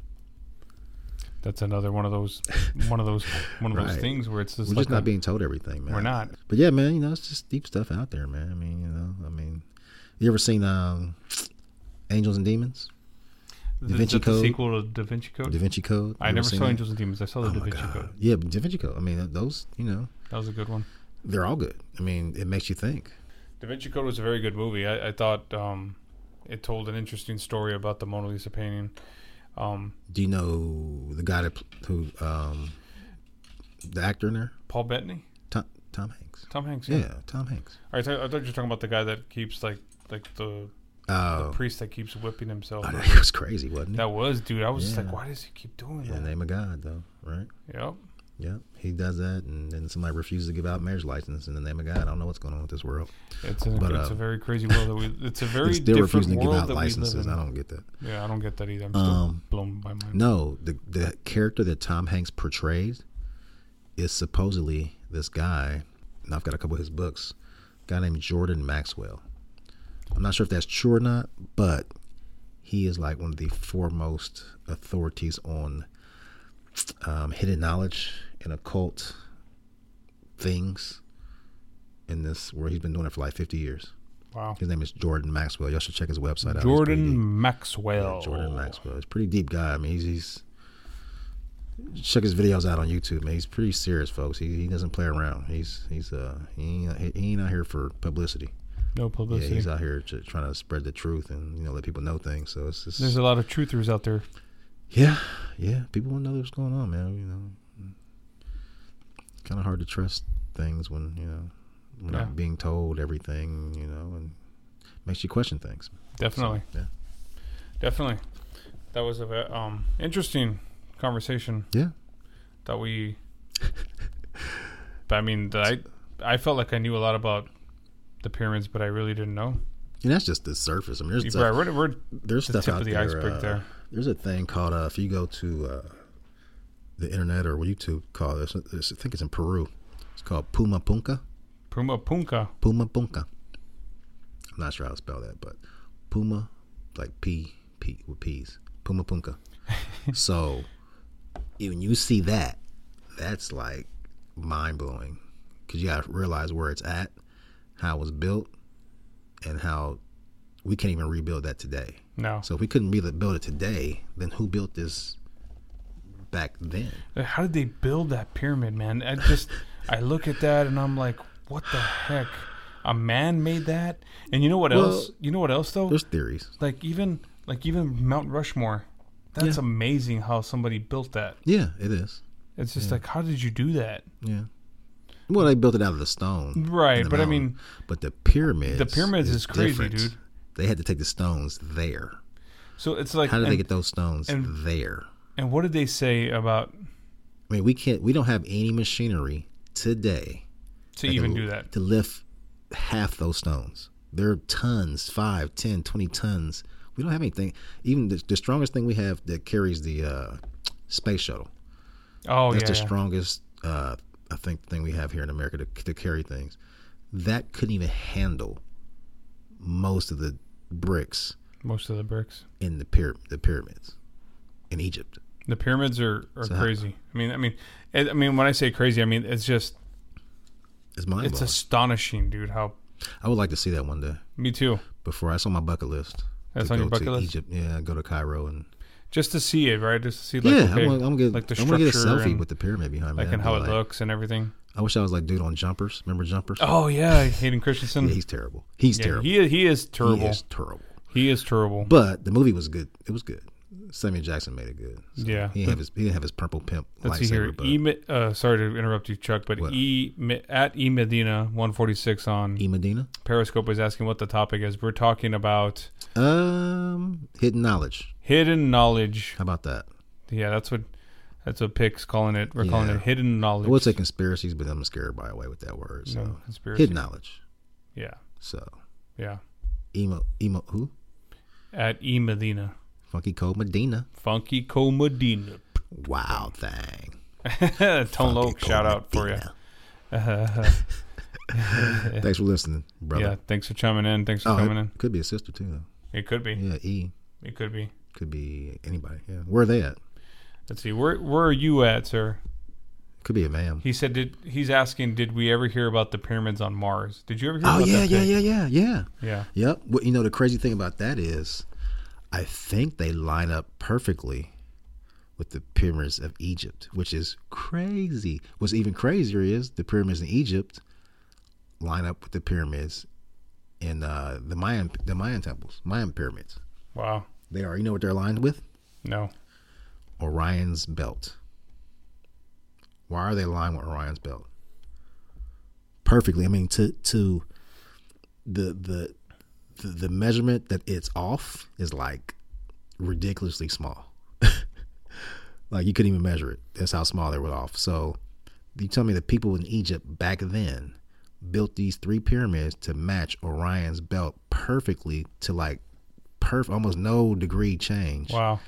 That's another one of those, one of those, one of those Right. things where it's just We're like just not a- being told everything, man. we're not. But yeah, man, you know, it's just deep stuff out there, man. I mean, you know, I mean, you ever seen um, Angels and Demons? Th- Vinci that the Code. sequel to Da Vinci Code. Da Vinci Code. I You ever never seen saw that? Angels and Demons. I saw the Oh Da my Vinci God. Code. Yeah, Da Vinci Code. I mean, those, you know, That was a good one. they're all good. I mean, it makes you think. Da Vinci Code was a very good movie. I, I thought um, it told an interesting story about the Mona Lisa painting. Um, Do you know the guy that pl- who um the actor in there? Paul Bettany, Tom, Tom Hanks. Tom Hanks. Yeah, Tom Hanks. I, th- I thought you were talking about the guy that keeps like like the Oh, priest that keeps whipping himself. I know, he was crazy, wasn't he? That was dude. I was just like, Oh, Yeah. why does he keep doing In the that? name of God, though, right? Yep. Yeah, he does that, and then somebody refuses to give out marriage license in the name of God. I don't know what's going on with this world. It's a, But, it's uh, a very crazy world that we. It's a very They still different refusing to give world out that licenses. we I live in. don't get that. yeah, I don't get that either. I'm Um, still blown by mine. No, the the character that Tom Hanks portrays is supposedly this guy, and I've got a couple of his books. A guy named Jordan Maxwell. I'm not sure if that's true or not, but he is like one of the foremost authorities on um, hidden knowledge and occult things in this where he's been doing it for like 50 years. Wow. His name is Jordan Maxwell. Y'all should check his website out. He's pretty deep. Jordan Yeah, Maxwell. Jordan Maxwell. He's a pretty deep guy. I mean, he's, he's check his videos out on YouTube, man. He's pretty serious, folks. He, he doesn't play around. He's he's uh he ain't, he ain't out here for publicity. No Yeah, publicity. he's out here to, trying to spread the truth and you know let people know things. So it's There's just a lot of truthers out there. yeah, yeah. People want to know what's going on, man. You know, kind of hard to trust things when you know we're Yeah. not being told everything. You know, and makes you question things. Definitely. Yeah. Definitely. That was a ve- um interesting conversation Yeah, that we. I mean, that I I felt like I knew a lot about the pyramids, but I really didn't know. and that's just the surface. I mean, there's Right, we're, we're there's the stuff tip out of the there, iceberg uh, there. There's a thing called uh, if you go to uh, the internet or what YouTube call this, this, I think it's in Peru. It's called Puma Punca. Puma Punka. Puma Punca. I'm not sure how to spell that, but Puma, like P, P with P's. Puma Punca. so when you see that, that's like mind blowing because you got to realize where it's at, how it was built, and how we can't even rebuild that today. No. So if we couldn't really build it today, then who built this back then? How did they build that pyramid, man? I just I look at that and I'm like, what the heck? A man made that? And you know what Well, else? You know what else though? There's theories. Like even like even Mount Rushmore. That's amazing how somebody built that. Yeah, it is. It's just like how did you do that? Yeah. Well, they built it out of the stone, Right, in the but I mountain. mean- but the pyramids. The pyramids is crazy, dude. They had to take the stones there. So it's like How did and, they get those stones and- there? and what did they say about I mean, we can't. We don't have any machinery today to that even can- do that? to lift half those stones. They're tons, five, ten, twenty tons. We don't have anything. Even the, the strongest thing we have that carries the uh, space shuttle. Oh That's yeah. the yeah. strongest, uh, I think, thing we have here in America to, to carry things. That couldn't even handle most of the bricks Most of the bricks. in the pyramid, the pyramids in Egypt. The pyramids are, are So how- crazy. I mean, I mean, I I mean, when I say crazy, I mean it's just It's mind it's blowing. astonishing, dude. How I would like to see that one day. me too. Before I saw my bucket list. That's to on your go to bucket list? Egypt. Yeah, go to Cairo and just to see it, right? Just to see, like, yeah, okay, I'm, gonna, I'm gonna get like the I'm gonna structure get a selfie and, with the pyramid behind me. like I'd and be how it like- looks and everything. I wish I was like dude on jumpers. Remember jumpers? Oh yeah, Hayden Christensen. yeah, he's terrible. He's Yeah, terrible. He is, he is terrible. He is terrible. terrible. But the movie was good. It was good. Samuel Jackson made it good. So Yeah. He didn't have his he didn't have his purple pimp Let's see here. lightsaber, but E, Me- uh, sorry to interrupt you, Chuck, but What? E Me- at E Medina one forty six on E Medina. Periscope was asking what the topic is. We're talking about Um hidden knowledge. hidden knowledge. How about that? Yeah, that's what that's what Pick's calling it. We're calling Yeah. it hidden knowledge. I would say conspiracies, but I'm scared by away with that word. So No, conspiracy. hidden knowledge. Yeah, So E yeah. emo emo who? At E Medina, Funky Cole Medina. Funky Co Medina. Wow thing. Tone Loc, shout out for you. Thanks for listening, brother. Yeah, thanks for chiming in. Thanks for Oh, coming it in. could be a sister too It could be. though. Yeah, E. It could be. Could be anybody. Yeah. Where are they at? Let's see. Where where are you at, sir? Could be a ma'am. He said. Did he's asking? Did we ever hear about the pyramids on Mars? Did you ever hear Oh about yeah, that? yeah, thing? yeah, yeah, yeah. yeah. Yep. Well, you know the crazy thing about that is, I think they line up perfectly with the pyramids of Egypt, which is crazy. What's even crazier is the pyramids in Egypt line up with the pyramids in uh, the Mayan the Mayan temples, Mayan pyramids. Wow. They are. You know what they're aligned with? No. Orion's belt. Why are they aligned with Orion's belt? Perfectly. I mean, to to the the the, the measurement that it's off is like ridiculously small. like you couldn't even measure it. That's how small they were off. So you tell me the people in Egypt back then built these three pyramids to match Orion's belt perfectly to like perf almost no degree change. Wow.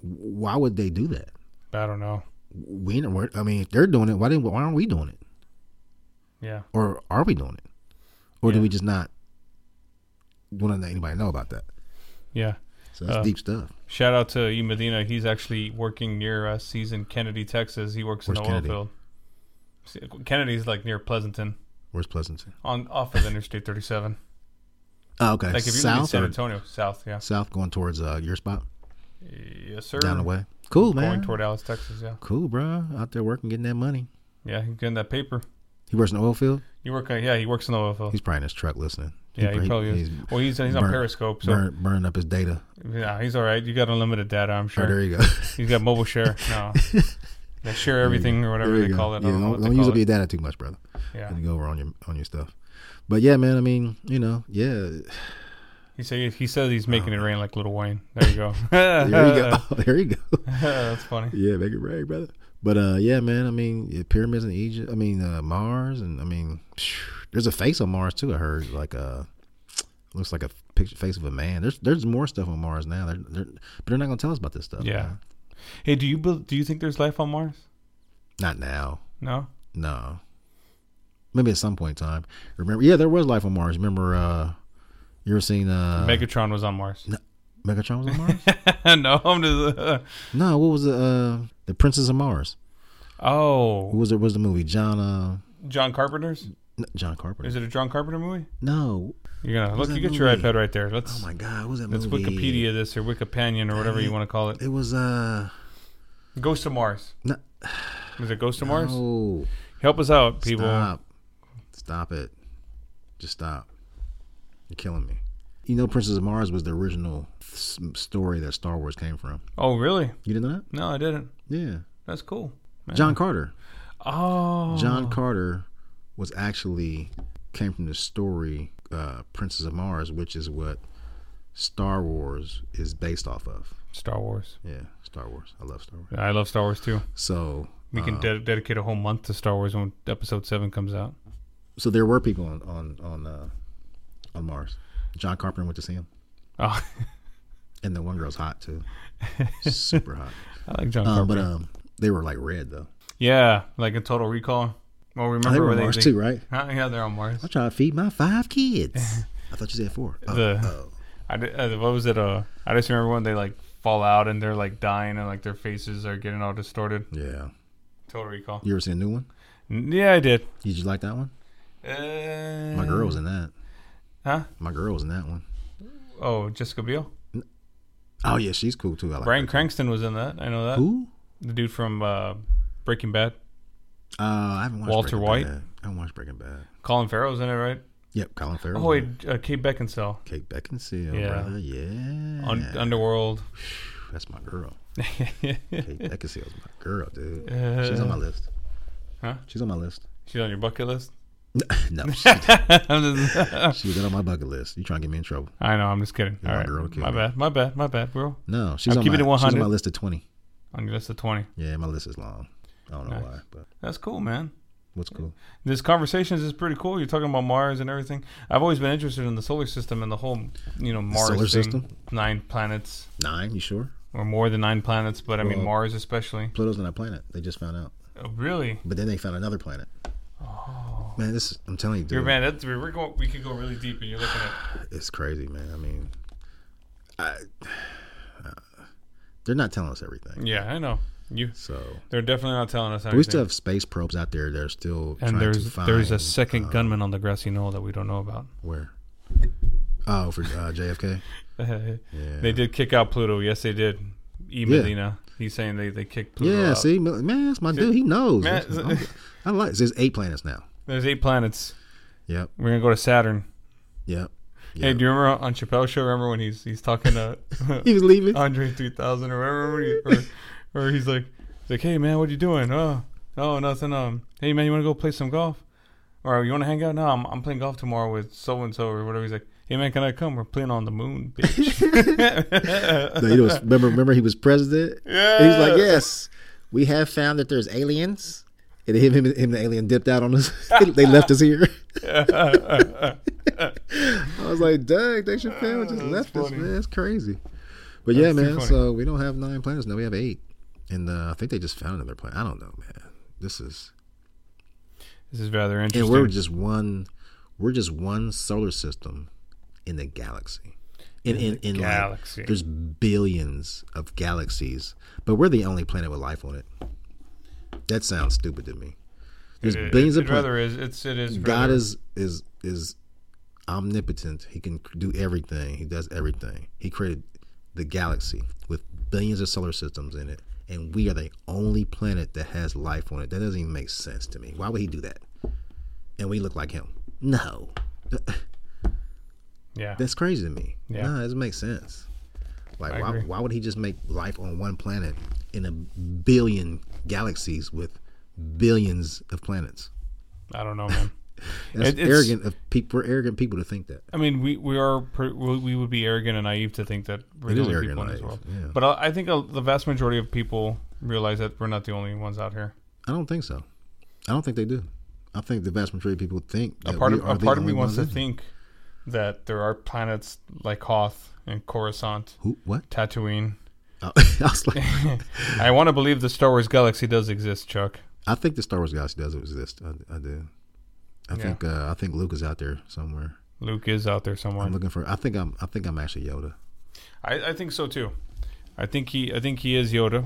Why would they do that? I don't know. We ain't- we're- I mean, if they're doing it, why didn't why aren't we doing it? Yeah. Or are we doing it? Or do we just not want to let anybody know about that? Yeah. So Uh. that's deep stuff. Shout out to E. Medina. He's actually working near us. He's in Kennedy, Texas. He works Where's in the Kennedy? oil field. See, Kennedy's like near Pleasanton, Where's Pleasanton? on off of Interstate 37. Oh, okay. Uh, Like if you live in south, San or, Antonio, south, yeah. south going towards uh, your spot Yes, sir. down the way. Cool, Going man. toward Dallas, Texas, yeah. cool, bro. Out there working, getting that money. Yeah, he's getting that paper. He works in the oil field. You work, uh, yeah, he works in the oil field. He's probably in his truck listening. yeah, he probably is. well, he's, he's on burnt- Periscope, so burn, burning up his data. yeah, he's all right. You got unlimited data, I'm Oh, there sure. you go. He's got mobile share. No. They share everything or whatever There you they go. call it. I Yeah, don't know don't, what they don't use call up your it. data too much, brother. Yeah. And you go over on your on your stuff. But yeah, man. I mean, you know, yeah. He, say, he says he's making it rain like Little Wayne. There you go. there Oh. There you go. there you go. That's funny. yeah, make it rain, brother. But uh, yeah, man. I mean, yeah, pyramids in Egypt. I mean, uh, Mars, and I mean, there's a face on Mars too. I heard like uh, looks like a picture face of a man. There's there's more stuff on Mars now. They're, they're, but they're not gonna tell us about this stuff. Yeah. man. Hey, do you bel- do you think there's life on Mars? not now. No. No. Maybe at some point in time. Remember? Yeah, there was life on Mars. Remember? uh You ever seen uh Megatron was on Mars. Megatron was on Mars? no, I'm just. no, what was the uh the Princess of Mars? What oh, was it? Was the movie John uh John Carpenter's. n- John Carpenter? Is it a John Carpenter movie? no. You're gonna What was look. You that get your movie? iPad right there. Let's. Oh my God! What was that Let's movie? Wikipedia this or Wikipanion or whatever you want to call it. It was uh Ghost of Mars. no, Is it Ghost of Mars? no. Help us out, people. Stop. Stop it. Just stop. You're killing me. You know, Princess of Mars was the original s- story that Star Wars came from. Oh, really? You didn't know that? No, I didn't. Yeah. That's cool. John Carter. Oh, John Carter was actually came from the story uh, Princess of Mars, which is what Star Wars is based off of. Star Wars. Yeah, Star Wars. I love Star Wars. I love Star Wars too. So We can ded- dedicate a whole month to Star Wars when Episode Seven comes out. so there were people on on on uh, on Mars. John Carpenter went to see him, Oh, and the one girl's hot too, super hot. I like John Um, Carpenter. but um, they were like red though. Yeah, like in Total Recall. Well, they remember were where on they Mars they- too, right? Huh? yeah, they're on Mars. I'm trying to feed my five kids. I thought you said four. Oh, The- oh. I di- uh, what was it? Uh, I just remember when they like fall out and they're like dying and like their faces are getting all distorted. yeah. Total Recall. You ever seen a new one? N- Yeah, I did. Did you like that one? Uh, My girl was in that. Huh? My girl was in that one. Oh, Jessica Biel. Oh yeah, she's cool too. I like Brian her. Cranston was in that. I know that. Who? The dude from uh, Breaking Bad. Uh, I haven't watched Walter Breaking White? Bad. I haven't watched Breaking Bad. Colin Farrell's in it, right? Yep, Colin Farrell. Oh, wait, uh, Kate Beckinsale. Kate Beckinsale, Yeah. brother. Yeah. Un- Underworld. That's my girl. Kate Beckinsale's my girl, dude. She's on my list. Uh, Huh? She's on my list. She's on your bucket list. no, she, I'm just- she was on my bucket list. You trying to get me in trouble? I know. I'm just kidding. Yeah, all my right, girl killed my me. bad. My bad. My bad, bro. No, she's I'm on keeping my, it She's on 100. my list of twenty. On your list of twenty. Yeah, my list is long. I don't know why, but That's cool, man. what's cool? this conversation is pretty cool. You're talking about Mars and everything. I've always been interested in the solar system and the whole, you know, Mars solar thing. system? Nine planets Nine? You sure? or more than nine planets, but I mean Well- Mars especially. Pluto's not a planet. They just found out. Oh, really? But then they found another planet. Oh man, this I'm telling you, dude. You're man. That's, we're going. We could go really deep, and you're looking at. It's crazy, man. I mean, I, they're not telling us everything. Yeah, I know. You. So They're definitely not telling us but we anything. still have space probes out there. They're still and trying there's to find uh, there's a second gunman on the grassy knoll that we don't know about. where Oh, for uh, JFK. Yeah. They did kick out Pluto. Yes, they did. E Medina. He's saying they, they kicked Pluto yeah, out. see, man, that's my dude. He knows. Man, That's- I'm- I like. There's eight planets now. There's eight planets. Yep. We're gonna go to Saturn. Yep. Hey, yep. do you remember on Chappelle's show? Remember when he's he's talking to he was leaving. Andre 3000 or remember when he, or, or he's like he's like hey man what you doing oh oh nothing um hey man you want to go play some golf or you want to hang out no I'm, I'm playing golf tomorrow with so and so or whatever he's like hey man can I come we're playing on the moon bitch No, he was, remember, remember, he was president. Yeah. And he was like, "Yes, we have found that there's aliens." And him, him, him, the alien dipped out on us. they left us here. I was like, "Dang, they should fail. Just left us, man. That's crazy." But yeah, man. So we don't have nine planets now. We have eight, and uh, I think they just found another planet. I don't know, man. This is this is rather and interesting we're just one. We're just one solar system in the galaxy. In, in, in like, galaxy. there's billions of galaxies, but we're the only planet with life on it. That sounds stupid to me. There's it, billions it, of it planets. rather is it's it is God rather- is is is omnipotent. He can do everything. He does everything. He created the galaxy with billions of solar systems in it, and we are the only planet that has life on it. That doesn't even make sense to me. Why would he do that? And we look like him. No, yeah that's crazy to me. Yeah. No, it doesn't make sense. Like, I why, agree. why would he just make life on one planet in a billion galaxies with billions of planets? I don't know man That's It- it's- arrogant of people. We're arrogant people to think that. I mean, we we are pr- we we would be arrogant and naive to think that we're It the is only arrogant people in and this world. naive, yeah. But I, I think uh the vast majority of people realize that we're not the only ones out here. I don't think so. I don't think they do. I think the vast majority of people think A that part we of are a the part of me only wants to ones out there. think that there are planets like Hoth and Coruscant, Who? What? Tatooine. Oh, I was like, I want to believe the Star Wars galaxy does exist, Chuck. I think the Star Wars galaxy does exist. I, I do. I think uh, I think Luke is out there somewhere. Luke is out there somewhere. I'm looking for. I think I'm. I think I'm actually Yoda. I, I think so too. I think he I think he is Yoda.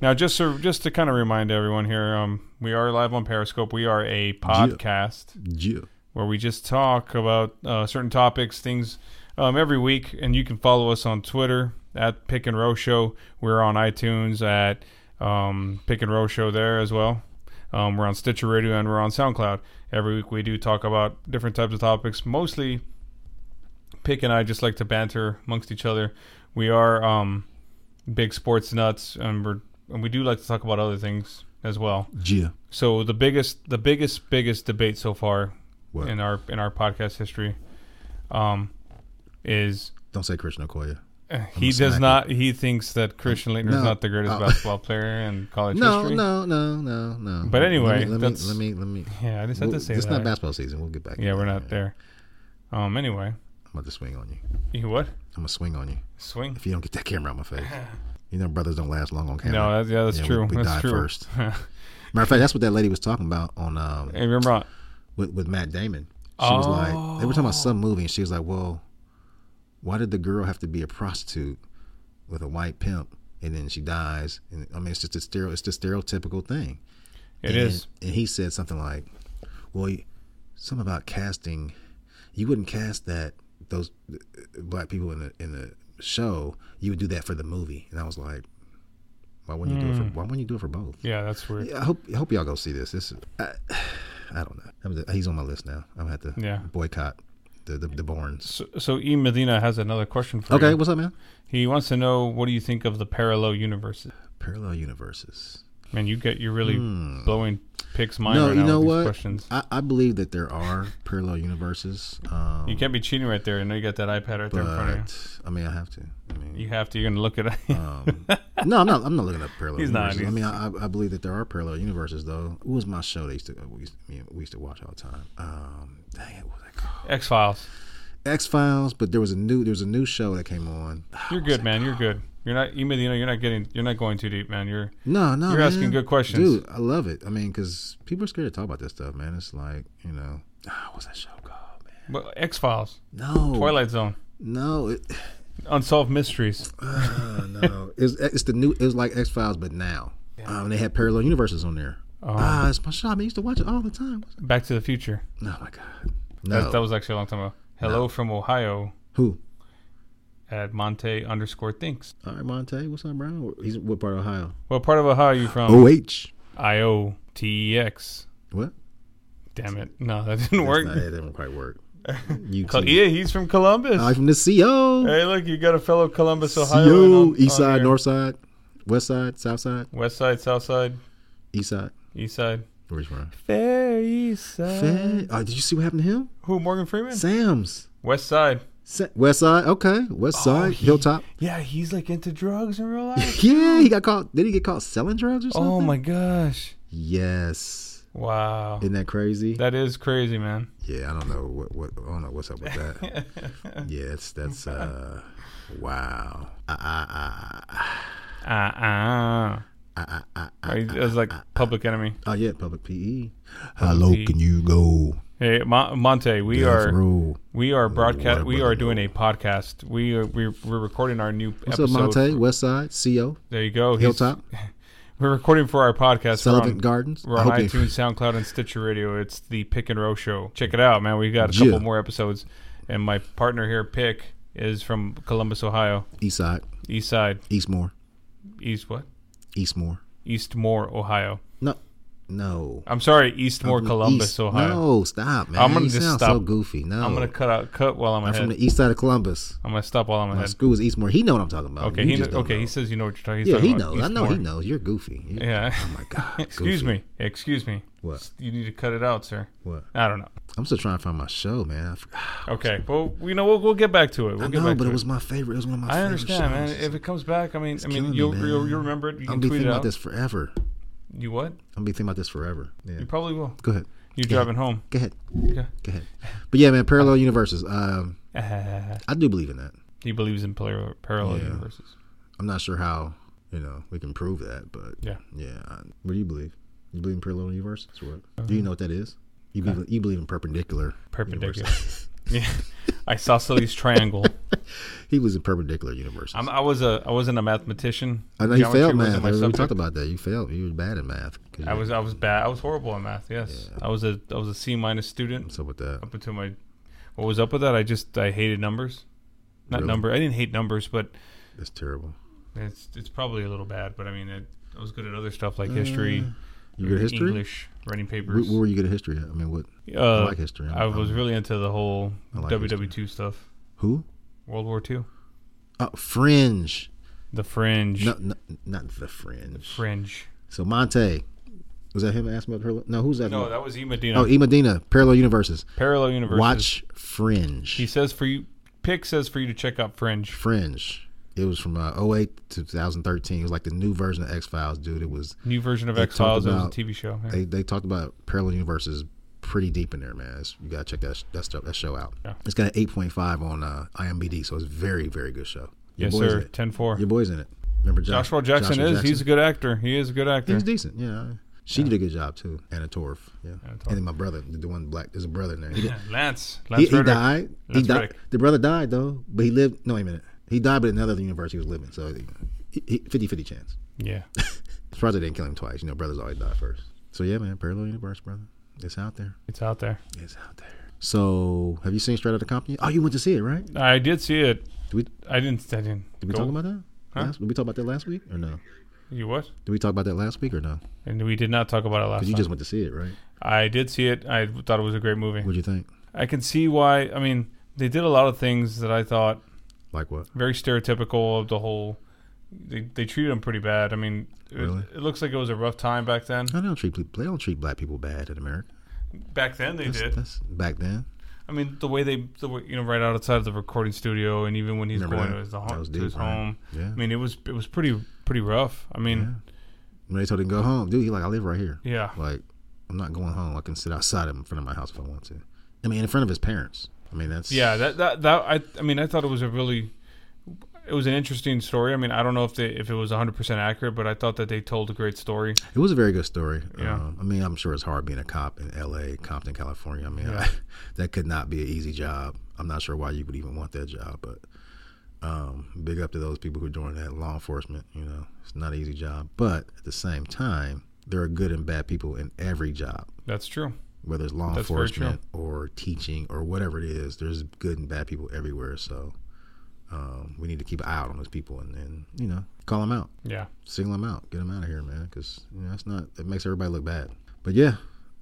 now just so just to kind of remind everyone here, um, we are live on Periscope. We are a podcast. Jew. where we just talk about uh, certain topics, things um, every week. And you can follow us on Twitter at Pick and Row Show. We're on iTunes at um, Pick and Row Show there as well. Um, we're on Stitcher Radio and we're on SoundCloud. Every week we do talk about different types of topics. Mostly, Pick and I just like to banter amongst each other. We are um, big sports nuts, and we're and we do like to talk about other things as well. Jew. So the biggest, the biggest, biggest debate so far What? in our in our podcast history, um, is Don't say Christian Okoye. he smack does you. not. He thinks that Christian Leitner is no. not the greatest Oh. basketball player in college No, history. no, no, no, no. But anyway, let me, let me, that's- let me, let me. Yeah, I just had we'll- to say it's that. not basketball season. We'll get back. to yeah, that, we're not man. there. Um. Anyway, I'm about to swing on you. you what? I'm gonna swing on you Swing? if you don't get that camera out my face. You know, brothers don't last long on camera. No, that's, yeah, that's Yeah, we- true. we that's died true. first. hey, Matter of fact, that's what that lady was talking about on um, remember? with, with Matt Damon. She was like, they were talking about some movie, and she was like, well, why did the girl have to be a prostitute with a white pimp, and then she dies? And I mean, it's just a stereo, it's the stereotypical thing. It and, is. And he said something like, well, you- something about casting. You wouldn't cast that those uh, black people in the in the show. You would do that for the movie. And I was like, why wouldn't you do it for? Hmm. Why wouldn't you do it for both? Yeah, that's weird. Yeah, I hope I hope y'all go see this. This is- I, I don't know. I'm just- he's on my list now. I'm gonna have to Yeah. boycott the the, the Bournes. So, so E Medina has another question for Okay, you. what's up, man? He wants to know what do you think of the parallel universes? Parallel universes. Man, you get you're really blowing Pick's mind Hmm. no, right you now know with what? these questions. I, I believe that there are parallel universes. Um, You can't be cheating right there. I know you got that iPad right there in front of but I mean, I have to. I mean, you. You have to. You're gonna look at it. Oh, no, I'm not. I'm not looking up parallel. He's not, universes. I mean, I, I believe that there are parallel universes, though. What was my show? They used to we used, me and- we used to watch all the time. Um, dang it, what was that called? X Files. X Files. But there was a new there was a new show that came on. You're good, man. You're good. You're not. You know, you're not getting. You're not going too deep, man. You're. No, no. You're asking man. good questions. dude. I love it. I mean, because people are scared to talk about this stuff, man. It's like you know, ah, what's that show called, man? But X Files, No, Twilight Zone, No, it, Unsolved Mysteries. uh, no. It's it's the new. It's like X Files, but now. Um, they had parallel universes on there. Oh. Ah, it's my show. I mean, I used to watch it all the time. Back to the Future. Oh my god. No, That, that was actually a long time ago. Hello from Ohio Who? at Monte underscore thinks. All right, Monte. What's up, Brown? He's what part of Ohio? What part of Ohio are you from? O H. I O T E X. What? Damn it. No, that didn't That's work. E not- That didn't quite work. You Col- yeah, he's from Columbus. I'm from the CO. hey, look, you got a fellow Columbus, Ohio. CO. East side, north side, west side, south side, West side, south side, east side. east side. Where's Ron? Fair east side. Fed. Oh, did you see what happened to him? Who, Morgan Freeman? Sam's. West side. Sa- West side. Okay. West side. Hilltop. Yeah, he's like into drugs in real life. Yeah, he got caught. Did he get caught selling drugs or something? oh my gosh. Yes. Wow. Isn't that crazy? That is crazy, man. Yeah, I don't know what what I don't know what's up with that. yeah, it's that's uh wow. Uh, uh, uh, Uh Uh-uh. uh. It was like Public Enemy. oh yeah, public PE. How low E. can you go? Hey, Mon- Monte, we Death are row. we are broadcast. What We about are the doing a podcast. We are, we're, we're recording our new What's up, episode. Monte? West Side, CO, There you go. He's- Hilltop, We're recording for our podcast. We're Sullivan on- Gardens. We're I on hope you- iTunes, SoundCloud, and Stitcher Radio. It's the Pick and Row Show. Check it out, man. We've got a Yeah. couple more episodes. And my partner here, Pick, is from Columbus, Ohio. East Side, East Side. Eastmore, East what? Eastmore. Eastmore, Ohio. No, no. I'm sorry, Eastmore, I'm from Columbus, East. Ohio. No, stop, man. I'm gonna you just sound so stop. goofy. No, I'm gonna cut out cut while I'm I'm ahead. from the east side of Columbus. I'm gonna stop while I'm My ahead. school is Eastmore. He know what I'm talking about. Okay, You he just kn- don't okay. know. He says you know what you're talking. He's yeah, talking he about knows. I know he Eastmore. knows. You're goofy. You- Yeah. Oh my god. Excuse goofy. me. Excuse me. What? You need to cut it out, sir. What? I don't know. I'm still trying to find my show, man. I, forgot. Okay. Well, you know, we'll, we'll get back to it. We'll I get know, back but to it was my favorite. It was one of my. I favorite understand, man. shows. If it comes back, I mean, I killing mean, me, you'll, man. you'll you'll remember it. You I'm can be tweet thinking it about out. this forever. You what? I'm be thinking about this forever. Yeah. You probably will. Go ahead. You're driving home. Go ahead. Go ahead. But yeah, man, parallel universes. Um, I do believe in that. he believes in parallel, parallel Yeah. universes. I'm not sure how you know we can prove that, but Yeah. yeah. I- What do you believe? You believe in parallel universe? That's what. Uh-huh. Do you know what that is? You believe, you believe in perpendicular. Perpendicular. universe. yeah. Isosceles triangle. he was in perpendicular universe. I'm, I was a I wasn't a mathematician. I know you Geometry failed wasn't math. my We subject. talked about that. You failed. You were bad in math. 'Cause I you- was I was bad. I was horrible at math. Yes, I was a I was a C minus student What's up with that? up until my. What was up with that? I just I hated numbers. Not Really? number. I didn't hate numbers, but That's terrible. it's it's probably a little bad. But I mean, it, I was good at other stuff like history, Mm. You good at history? English, writing Where, papers. where were you good at history? At? I mean, what? Uh, I like history. I was really into the whole I like WW2 stuff, Who? World War II, Uh, fringe. The Fringe, No, no, not the fringe. Fringe. So Monte, was that him asking about parallel? No, who's that? No, that was E Medina. oh, E Medina. Parallel universes. Parallel Universes. Watch Fringe. He says for you. Pick says for you to check out Fringe. Fringe. It was from uh, 08 to 2013. It was like the new version of X Files, dude. It was New version of They X Files. It talked was a about- TV show. yeah. they, they talked about parallel universes pretty deep in there, man. It's- you gotta check that sh- that, stuff, that show out. It's got an 8.5 on uh, IMDb, so it's very very good show. Your Yes, boy's sir. in it. 10 4. Your boy's in it. Remember Jo- Joshua Jackson Joshua is. He's a good actor. He is a good actor. He's decent. Yeah. She did a good job too. Anna Torv. Yeah. Anna Torv. And then my brother, the the one black. There's a brother in there. He, did- Yeah, Lance. Lance he, he Reddick. died. He That's died. Reddick. The brother died though, but he lived. No, wait a minute. He died, but in another universe he was living. So, 50-50 chance. Yeah. Surprised they didn't kill him twice. You know, brothers always die first. So yeah, man, parallel universe, brother. It's out there. It's out there. It's out there. So have you seen Straight Outta Company? Oh, you went to see it, right? Did I did see it. we I didn't. I didn't. did we go- talk about that? Last, did we talk about that last week or no? You what? Did we talk about that last week or no? And we did not talk about it last Because time. you just went to see it, right? I did see it. I thought it was a great movie. What'd you think? I can see why. I mean, they did a lot of things that I thought Like what? very stereotypical of the whole. They, they treated him pretty bad. I mean, it, Really? it looks like it was a rough time back then. I don't treat people- they don't treat black people bad in America. Back then they That's, did. that's back then. I mean, the way they, the way, you know, right outside of the recording studio, and even when he's Remember going that? to his, the That home, was to deep, his right? home. Yeah. I mean, it was it was pretty pretty rough. I mean, When they told him to go home, dude, he like I live right here. yeah, Like I'm not going home. I can sit outside in front of my house if I want to. I mean, in front of his parents. I mean, that's yeah. That that that I I mean, I thought it was a really it was an interesting story. I mean, I don't know if they if it was 100 percent accurate, but I thought that they told a great story. It was a very good story. Yeah. Um, I mean, I'm sure it's hard being a cop in L.A., Compton, California. I mean, Yeah. that could not be an easy job. I'm not sure why you would even want that job, but um, big up to those people who are doing that. Law enforcement, you know, it's not an easy job. But at the same time, there are good and bad people in every job. That's true. whether it's law That's very true. enforcement or teaching or whatever it is. There's good and bad people everywhere, so um, we need to keep an eye out on those people and, and you know call them out, Yeah. single them out, get them out of here, man, because you know, that's not it makes everybody look bad. But yeah,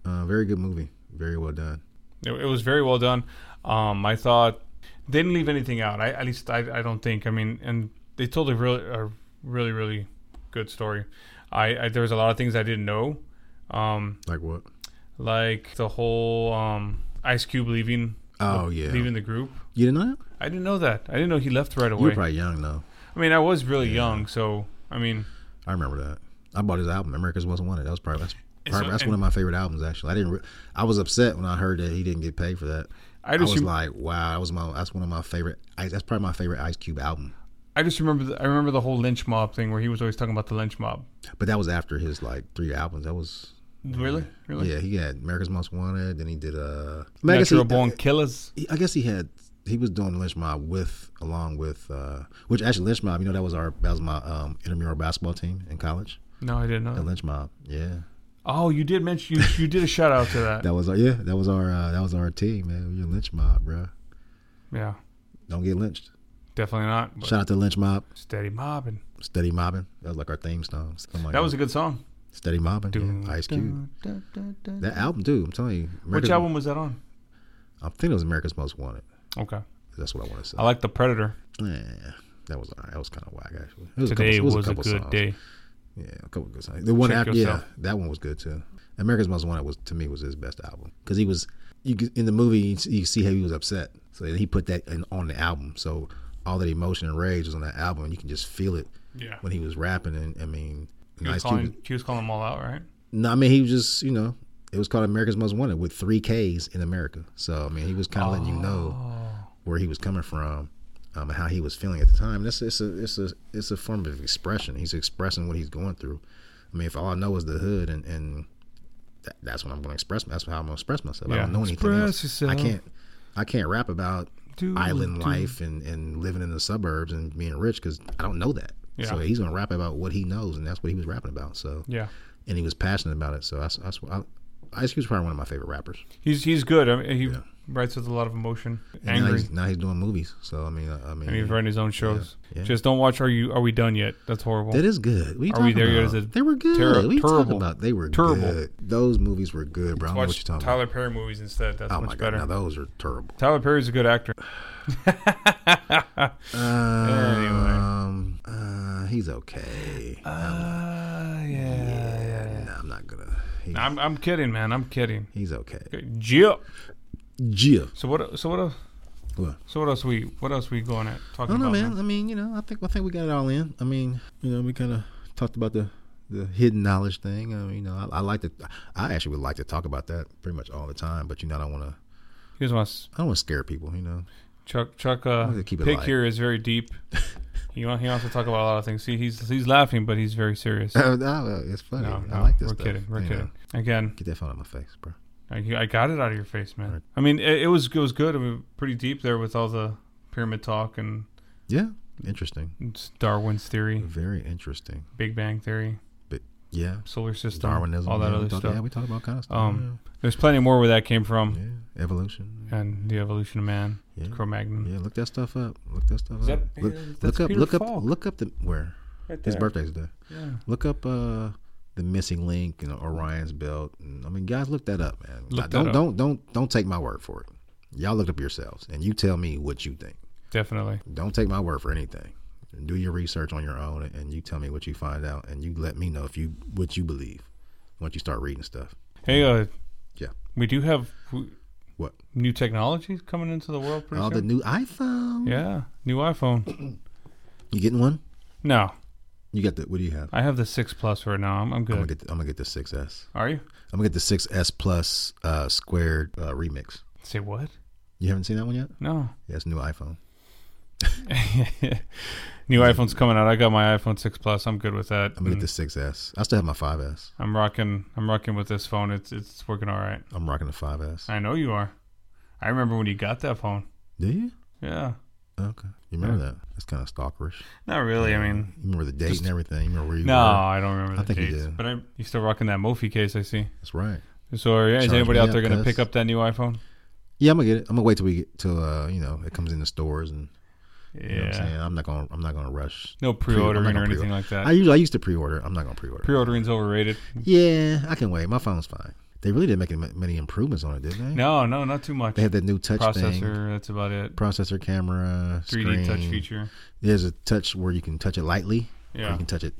uh, very good movie, very well done. It, it was very well done. Um, I thought they didn't leave anything out. I, at least I, I don't think. I mean, and they told a really, a really, really good story. I, I there was a lot of things I didn't know, um, Like what? like the whole um, Ice Cube leaving Oh yeah, leaving the group. you didn't know that? I didn't know that. I didn't know he left right You were away. probably young though. I mean, I was really young, so I mean, I remember that. I bought his album, America's Most Wanted. That was probably that's, It's probably- a- that's one of my favorite albums. Actually, I didn't. Re- I was upset when I heard that he didn't get paid for that. I I just was rem- like, wow, that was my. That's one of my favorite. I, that's probably my favorite Ice Cube album. I just remember the, I remember the whole lynch mob thing where he was always talking about the lynch mob. But that was after his like three albums. That was Really, really, Mm-hmm. yeah. He had America's Most Wanted. Then he did uh, I mean, I guess he- natural born killers. he- I guess he had he was doing Lynch Mob with along with uh, which actually Lynch Mob. You know that was our that was my um, intramural basketball team in college. No, I didn't know. The That. Lynch Mob, yeah. Oh, you did mention you, you did a shout out to that. That was our yeah. That was our uh, that was our team, man. We were lynch mob, bro. Yeah, Don't get lynched. definitely not. But Shout out to lynch mob. steady mobbing. Steady mobbing. That was like our theme song. Something like That was a good song. steady mobbing. yeah. Ice Cube. That album, dude. I'm telling you. Which America's- album was that on? I think it was America's Most Wanted. Okay, That's what I want to say. I like the Predator. yeah, that was that was kind of whack actually. It was Today it was, a, couple good songs. day. Yeah, a couple good songs. The one Check after, yourself. yeah, that one was good too. America's Most Wanted was to me was his best album because he was you could- in the movie you see- you see how he was upset, so he put that in, on the album. So all that emotion and rage was on that album, and you can just feel it Yeah, when he was rapping. And I mean, he was Ice calling Cube. he was calling them all out, right? No, I mean he was just you know it was called America's Most Wanted with three Ks in America. So I mean he was kind of letting you know Oh. where he was coming from. Um, and how he was feeling at the time. That's it's a it's a it's a form of expression. He's expressing what he's going through. I mean, if all I know is the hood, and and that, that's what I'm going to express. That's how I'm going to express myself. I Yeah. don't know anything else. Express yourself. I can't I can't rap about Do- island do. life and and living in the suburbs and being rich because I don't know that. Yeah. So he's going to rap about what he knows, and that's what he was rapping about. So Yeah, and he was passionate about it. So I, I, I Ice Cube's probably one of my favorite rappers. he's he's good. I mean, he writes with a lot of emotion, And now angry, he's, now he's doing movies. So I mean, I, I mean, and he's running his own shows. Yeah. Just don't watch. Are you? Are we done yet? That's horrible. that is good. What you Are We talking There Yet about? is a they were good. ter- what you terrible- talking about? They were terrible. good. Those movies were good, bro. I don't know what watch you're talking about. Tyler Perry movies instead. That's Oh much my god, better. now those are terrible. Tyler Perry's a good actor. Um, uh, he's okay. Uh, no, I'm not gonna. He, I'm, I'm kidding, man. I'm kidding. he's okay. Jill. Yeah. So what? So what? el- What? So what else we? What else we going at I talking don't know, about? man. man? I mean, you know, I think I think we got it all in. I mean, you know, we kind of talked about the the hidden knowledge thing. Uh, you know, I, I like to. I actually would like to talk about that pretty much all the time, but you know, I don't want to. Here's my s- I don't want to scare people. You know, Chuck. Chuck. Uh, gonna keep it pick light. here is very deep. he wa- he wants to talk about a lot of things. See, he's he's laughing, but he's very serious. Uh, no, it's funny. No, no, I like this. We're stuff, kidding. We're you know. kidding. Again, Get that phone out of my face, bro. I, I got it out of your face, man. I mean, it, it was it was good. I mean, pretty deep there with all the pyramid talk and Yeah, interesting. Darwin's theory, Very interesting. Big Bang theory, But yeah, solar system, Darwinism, all that yeah, we other talked- stuff. Yeah, we talked about kind of stuff. Um, there's plenty more where that came from. yeah. Yeah, evolution. and the evolution of man, Yeah. Cro-Magnon. Yeah, look that stuff up. Look that stuff that- up. look, yeah, that's look up. Peter Look Falk. up. Look up the where his birthday's day. Yeah. Look up uh the missing link and Orion's belt. And, I mean, guys, look that up, man. Look that don't up. don't don't don't take my word for it. Y'all look it up yourselves and you tell me what you think. Definitely. Don't take my word for anything. Do your research on your own and you tell me what you find out and you let me know if you what you believe once you start reading stuff. Hey, uh, Yeah. we do have w- What? new technology coming into the world pretty All Oh, the soon. new iPhone. yeah, new iPhone. You getting one? no, You got the what do you have? I have the six plus right now. I'm, I'm I'm gonna good. get the, I'm gonna get the 6S. Are you? I'm gonna get the 6S plus uh, squared uh, remix. Say what? You haven't seen that one yet? No. Yeah, it's a new iPhone. new iPhone's coming out. I got my iPhone six plus. I'm good with that. I'm gonna And get the 6S. I still have my 5S. I'm rocking. I'm rocking with this phone. It's it's working all right. I'm rocking the 5S. I know you are. I remember when you got that phone. Do you? Yeah. Okay. You remember that? That's kind of stalkerish. Not really. I mean, You remember the date and everything. You remember where you No, were. I don't remember I the think you dates. did. But I'm, you're still rocking that Mophie case, I see. That's right. So are, is Charge anybody me out up, there going cuz. to pick up that new iPhone? Yeah, I'm gonna get it. I'm gonna wait till we get till uh, you know it comes in the stores and Yeah. you know what I'm saying I'm not gonna I'm not gonna rush. No Pre- I'm not pre-ordering gonna or anything pre-order. like that. I usually I used to pre-order. I'm not gonna pre-order. Pre-ordering's overrated. Yeah, I can wait. My phone's fine. They really didn't make any- many improvements on it, did they? No, no, not too much. They had that new touch Processor, thing, that's about it. processor, camera, 3D screen. touch feature. There's a touch where you can touch it lightly, or Yeah. you can touch it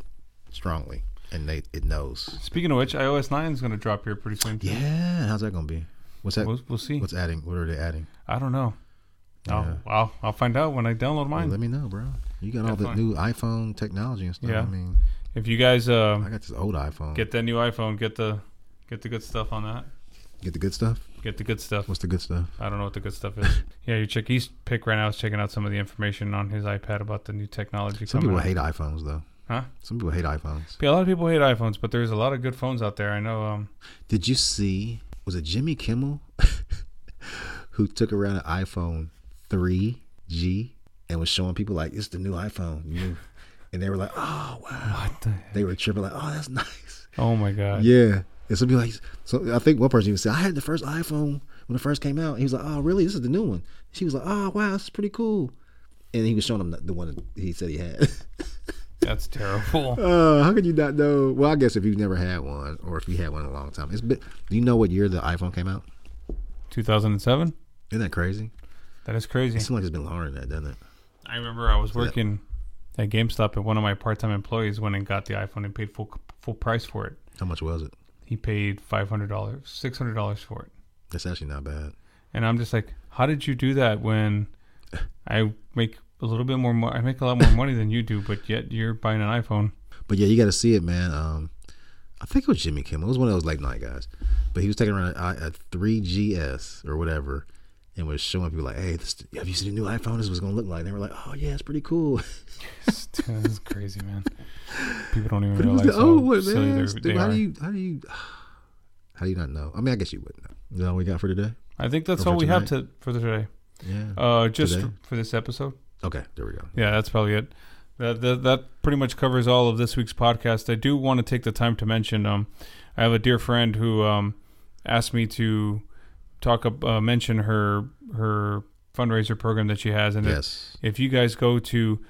strongly, and they it knows. Speaking of which, iOS 9 is going to drop here pretty soon. too. Yeah, how's that gonna be? What's that? We'll, we'll see. What's adding? What are they adding? I don't know. Yeah. I'll, I'll, I'll find out when I download Well, mine. let me know, bro. You got all the Definitely. new iPhone technology and stuff. Yeah. I mean, if you guys I uh, got this old iPhone. get that new iPhone, get the get the good stuff on that. Get the good stuff. Get the good stuff. What's the good stuff? I don't know what the good stuff is. yeah, your chick, he's pick right now is checking out some of the information on his iPad about the new technology. Some coming people out. hate iPhones though. Huh? Some people hate iPhones. Yeah, a lot of people hate iPhones, but there's a lot of good phones out there. I know. Um, Did you see? Was it Jimmy Kimmel who took around an iPhone 3G and was showing people like it's the new iPhone, new, and they were like, oh wow, what the heck? they were tripping like, oh that's nice, Oh my god. yeah. And some people like, so I think one person even said, I had the first iPhone when it first came out. He was like, oh really? This is the new one. She was like, oh wow, this is pretty cool. And he was showing them the- the one that he said he had. That's terrible. Uh, how could you not know? Well, I guess if you've never had one, or if you had one in a long time, it's. Been, do you know what year the iPhone came out? 2007. Isn't that crazy? That is It crazy. seems like it's been longer than that, doesn't it? I remember I was working at GameStop, and one of my part-time employees went and got the iPhone and paid full full price for it. How much was it? He paid five hundred dollars, six hundred dollars for it, That's actually not bad. and I'm just like, how did you do that when I make a little bit more? Mo- I make a lot more money than you do, but yet you're buying an iPhone. But yeah, you got to see it, man. Um, I think it was Jimmy Kimmel. It was one of those late night guys, but he was taking around uh, a, a 3GS or whatever, and was showing people like, "Hey, this, have you seen the new iPhone? This was gonna look like." And they were like, "Oh yeah, it's pretty cool." That's crazy, man. People don't even But it was realize the how old one, silly man. they're- Dude, they how are. do you how do you how do you not know? I mean, I guess you wouldn't know. Is that all we got for today? I think that's Or all for we have to for today. Yeah. Uh, just Today? for this episode. okay, there we go. Yeah, that's probably it. That, that that pretty much covers all of this week's podcast. I do want to take the time to mention. Um, I have a dear friend who um asked me to talk up, uh, mention her her fundraiser program that she has, and it- Yes. if you guys go to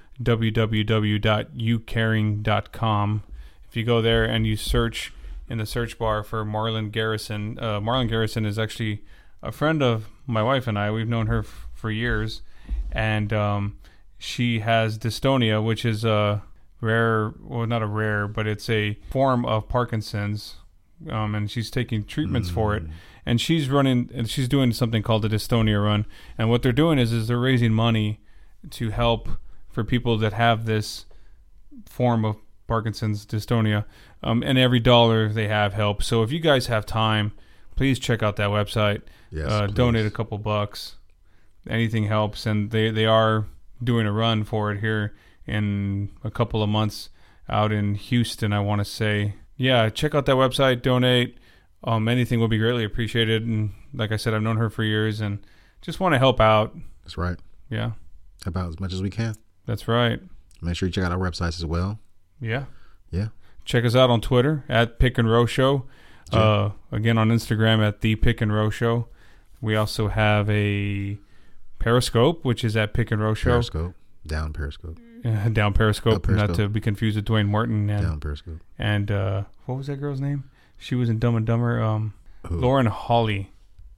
www.youcaring.com, if you go there and you search in the search bar for Marlon Garrison, uh, Marlon Garrison is actually a friend of my wife and I. We've known her f- for years, and um, she has dystonia, which is a rare, well, not a rare, but it's a form of Parkinson's um, and she's taking treatments for it. And she's running, and she's doing something called the dystonia run. And what they're doing is, is they're raising money to help for people that have this form of Parkinson's dystonia. Um, and every dollar they have helps. So if you guys have time, please check out that website. Yes, uh, please. donate a couple bucks. Anything helps. And they, they are doing a run for it here in a couple of months out in Houston, I want to say. Yeah, check out that website, donate. Um, anything will be greatly appreciated. And like I said, I've known her for years and just want to help out. That's right. Yeah, About as much as we can. that's right. Make sure you check out our websites as well. Yeah. Yeah. Check us out on Twitter at Pick and Row Show. Uh, again, on Instagram at The Pick and Row Show. We also have a Periscope, which is at Pick and Row Show. Periscope. Down Periscope. Uh, down Periscope, Up Periscope. not to be confused with Dwayne Martin. And, Down Periscope. and uh, what was that girl's name? She was in Dumb and Dumber. Um, Who? Lauren Holly.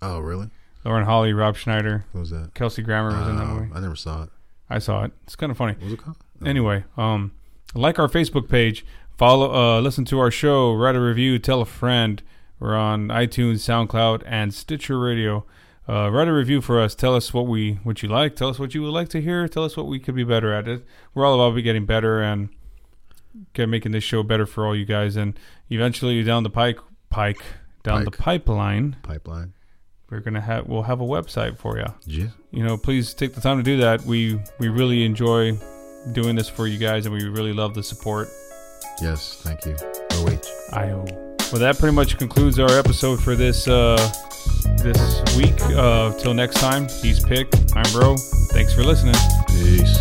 Oh, really? Lauren Holly, Rob Schneider, What was that? Kelsey Grammer was in that Um, movie. I never saw it. I saw it. It's kind of funny. What was it called? Oh, Anyway, um, like our Facebook page, follow, uh, listen to our show, write a review, tell a friend. We're on iTunes, SoundCloud, and Stitcher Radio. Uh, write a review for us. Tell us what we what you like. Tell us what you would like to hear. Tell us what we could be better at. It- We're all about getting better and get making this show better for all you guys. And eventually, down the pike, pike, down the pipeline, Pipeline. we're gonna have we'll have a website for you Yeah. you know, please take the time to do that. We we really enjoy doing this for you guys, and we really love the support. Yes. Thank you. OH. I well, that pretty much concludes our episode for this uh, this week. Uh, till next time, he's Pick. I'm Bro. Thanks for listening. Peace.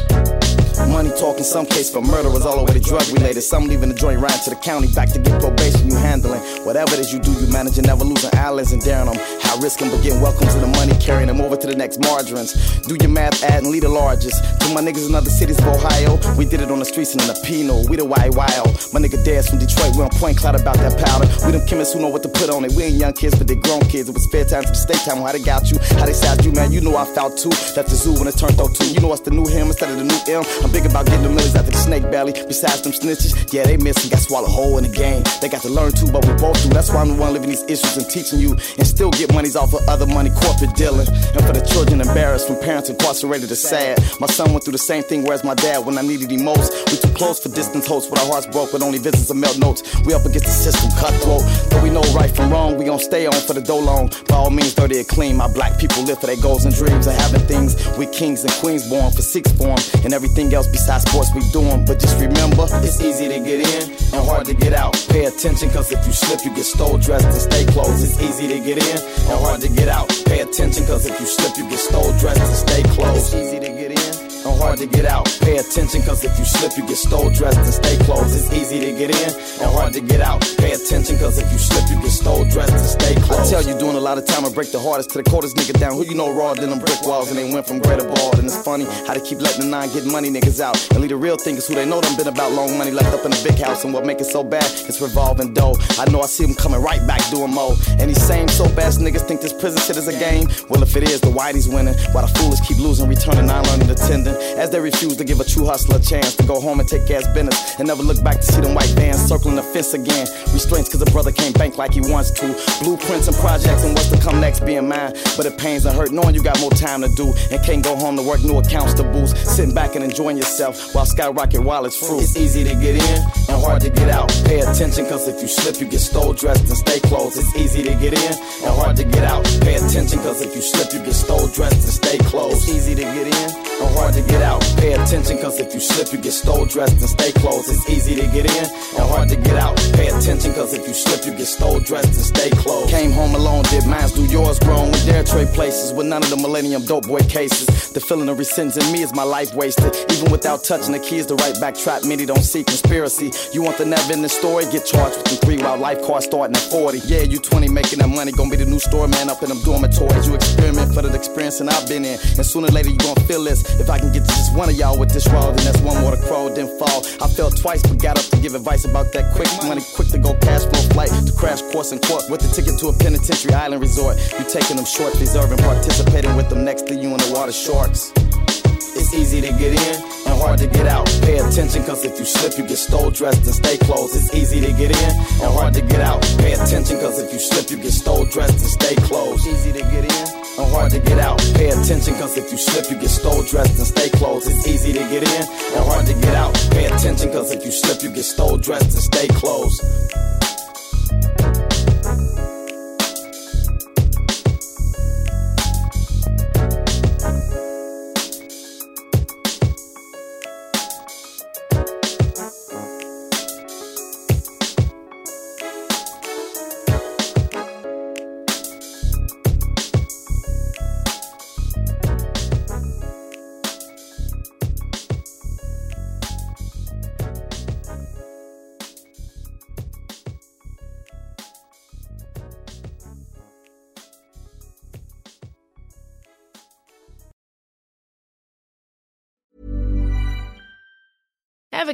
One money talk, in some case for murder was all the way to drug related. Some leaving the joint right to the county, back to get probation, you handling. Whatever it is you do, you managing, never losing islands and daring them. High risking, but getting welcome to the money, carrying them over to the next margarines. Do your math, add and lead the largest. To my niggas in other cities of Ohio, we did it on the streets and in the Pino. We the YYO. My nigga Dad's from Detroit, we on point cloud about that powder. We them chemists who know what to put on it. We ain't young kids, but they grown kids. It was spare time, some state time. How they got you, how they sized you, man. You know I fouled too. That's the zoo when it turned out two. You know it's the new him instead of the new M. I'm big about getting the millions out of the snake belly. Besides them snitches, yeah, they missing. Got swallowed whole in the game. They got to learn too, but we both do. That's why I'm the one living these issues and teaching you. And still get monies off of other money, corporate dealing. And for the children embarrassed from parents incarcerated, it's sad. My son went through the same thing, whereas my dad, when I needed him most, we too close for distance hosts with our hearts broke with only visits of melt notes. We up against the system, cutthroat. But we know right from wrong, we gon' stay on for the dough long. By all means, dirty and clean. My black people live for their goals and dreams of having things. We kings and queens born for six form. And everything else besides sports we doing. But just remember, it's easy to get in and hard to get out. Pay attention, cause if you slip, you get stole dressed and stay close. It's easy to get in and hard to get out. Pay attention, cause if you slip, you get stole dressed and stay close. It's easy to get in and hard to get out. Pay attention, cause if you slip, you get stole dressed and stay close. It's easy to get in and hard to get out. Pay attention, cause if you slip, you get stole dressed and stay close. I tell you, doing a lot of time, I break the hardest to the coldest nigga down. Who you know raw than them brick walls, and they went from greater ball. And it's funny how they keep letting the nine get money niggas out. And leave the real thinkers who they know them been about long money left up in the big house. And what make it so bad is revolving dough. I know I see them coming right back doing more. And these same so ass niggas think this prison shit is a game. Well, if it is, the whitey's winning. While the foolish keep losing, returning, I learning to tendon as they refuse to give a true hustler a chance to go home and take ass business and never look back to see them white vans circling the fence again. Restraints cause a brother can't bank like he wants to. Blueprints and projects and what's to come next being mine. But it pains and hurt knowing you got more time to do and can't go home to work new accounts to boost. Sitting back and enjoying yourself while skyrocket while it's fruit. It's easy to get in and hard to get out. Pay attention cause if you slip you get stole dressed and stay close. It's easy to get in and hard to get out. Pay attention cause if you slip you get stole dressed and stay close. It's easy to get in and hard to get out. Pay attention, cause if you slip, you get stole dressed and stay close. It's easy to get in and hard to get out. Pay attention, cause if you slip, you get stole dressed and stay close. Came home alone, did mines, do yours grown. With their trade places, with none of the millennium dope boy cases. The feeling of resenting me is my life wasted. Even without touching the keys to right back trap, many don't see conspiracy. You want the never ending story? Get charged with them three while life costs starting at 40. Yeah, you 20 making that money, gonna be the new store man up in them dormitories. You experiment for the experience, and I've been in. And sooner or later, you gonna feel this. If I can get to just one of y'all with this roll, then that's one more to crow, then fall. I fell twice, but got up to give advice about that quick money, quick to go cash flow flight to crash course in court with a ticket to a penitentiary island resort. You taking them short, deserving, participating with them next to you in the water sharks. It's easy to get in and hard to get out. Pay attention, cause if you slip, you get stole dressed and stay close. It's easy to get in and hard to get out. Pay attention, cause if you slip, you get stole dressed and stay close. Easy to get in and hard to get out. Pay attention, cause if you slip, you get stole dressed and stay close. It's easy to get in and hard to get out. Pay attention, cause if you slip, you get stole dressed and stay close. Ever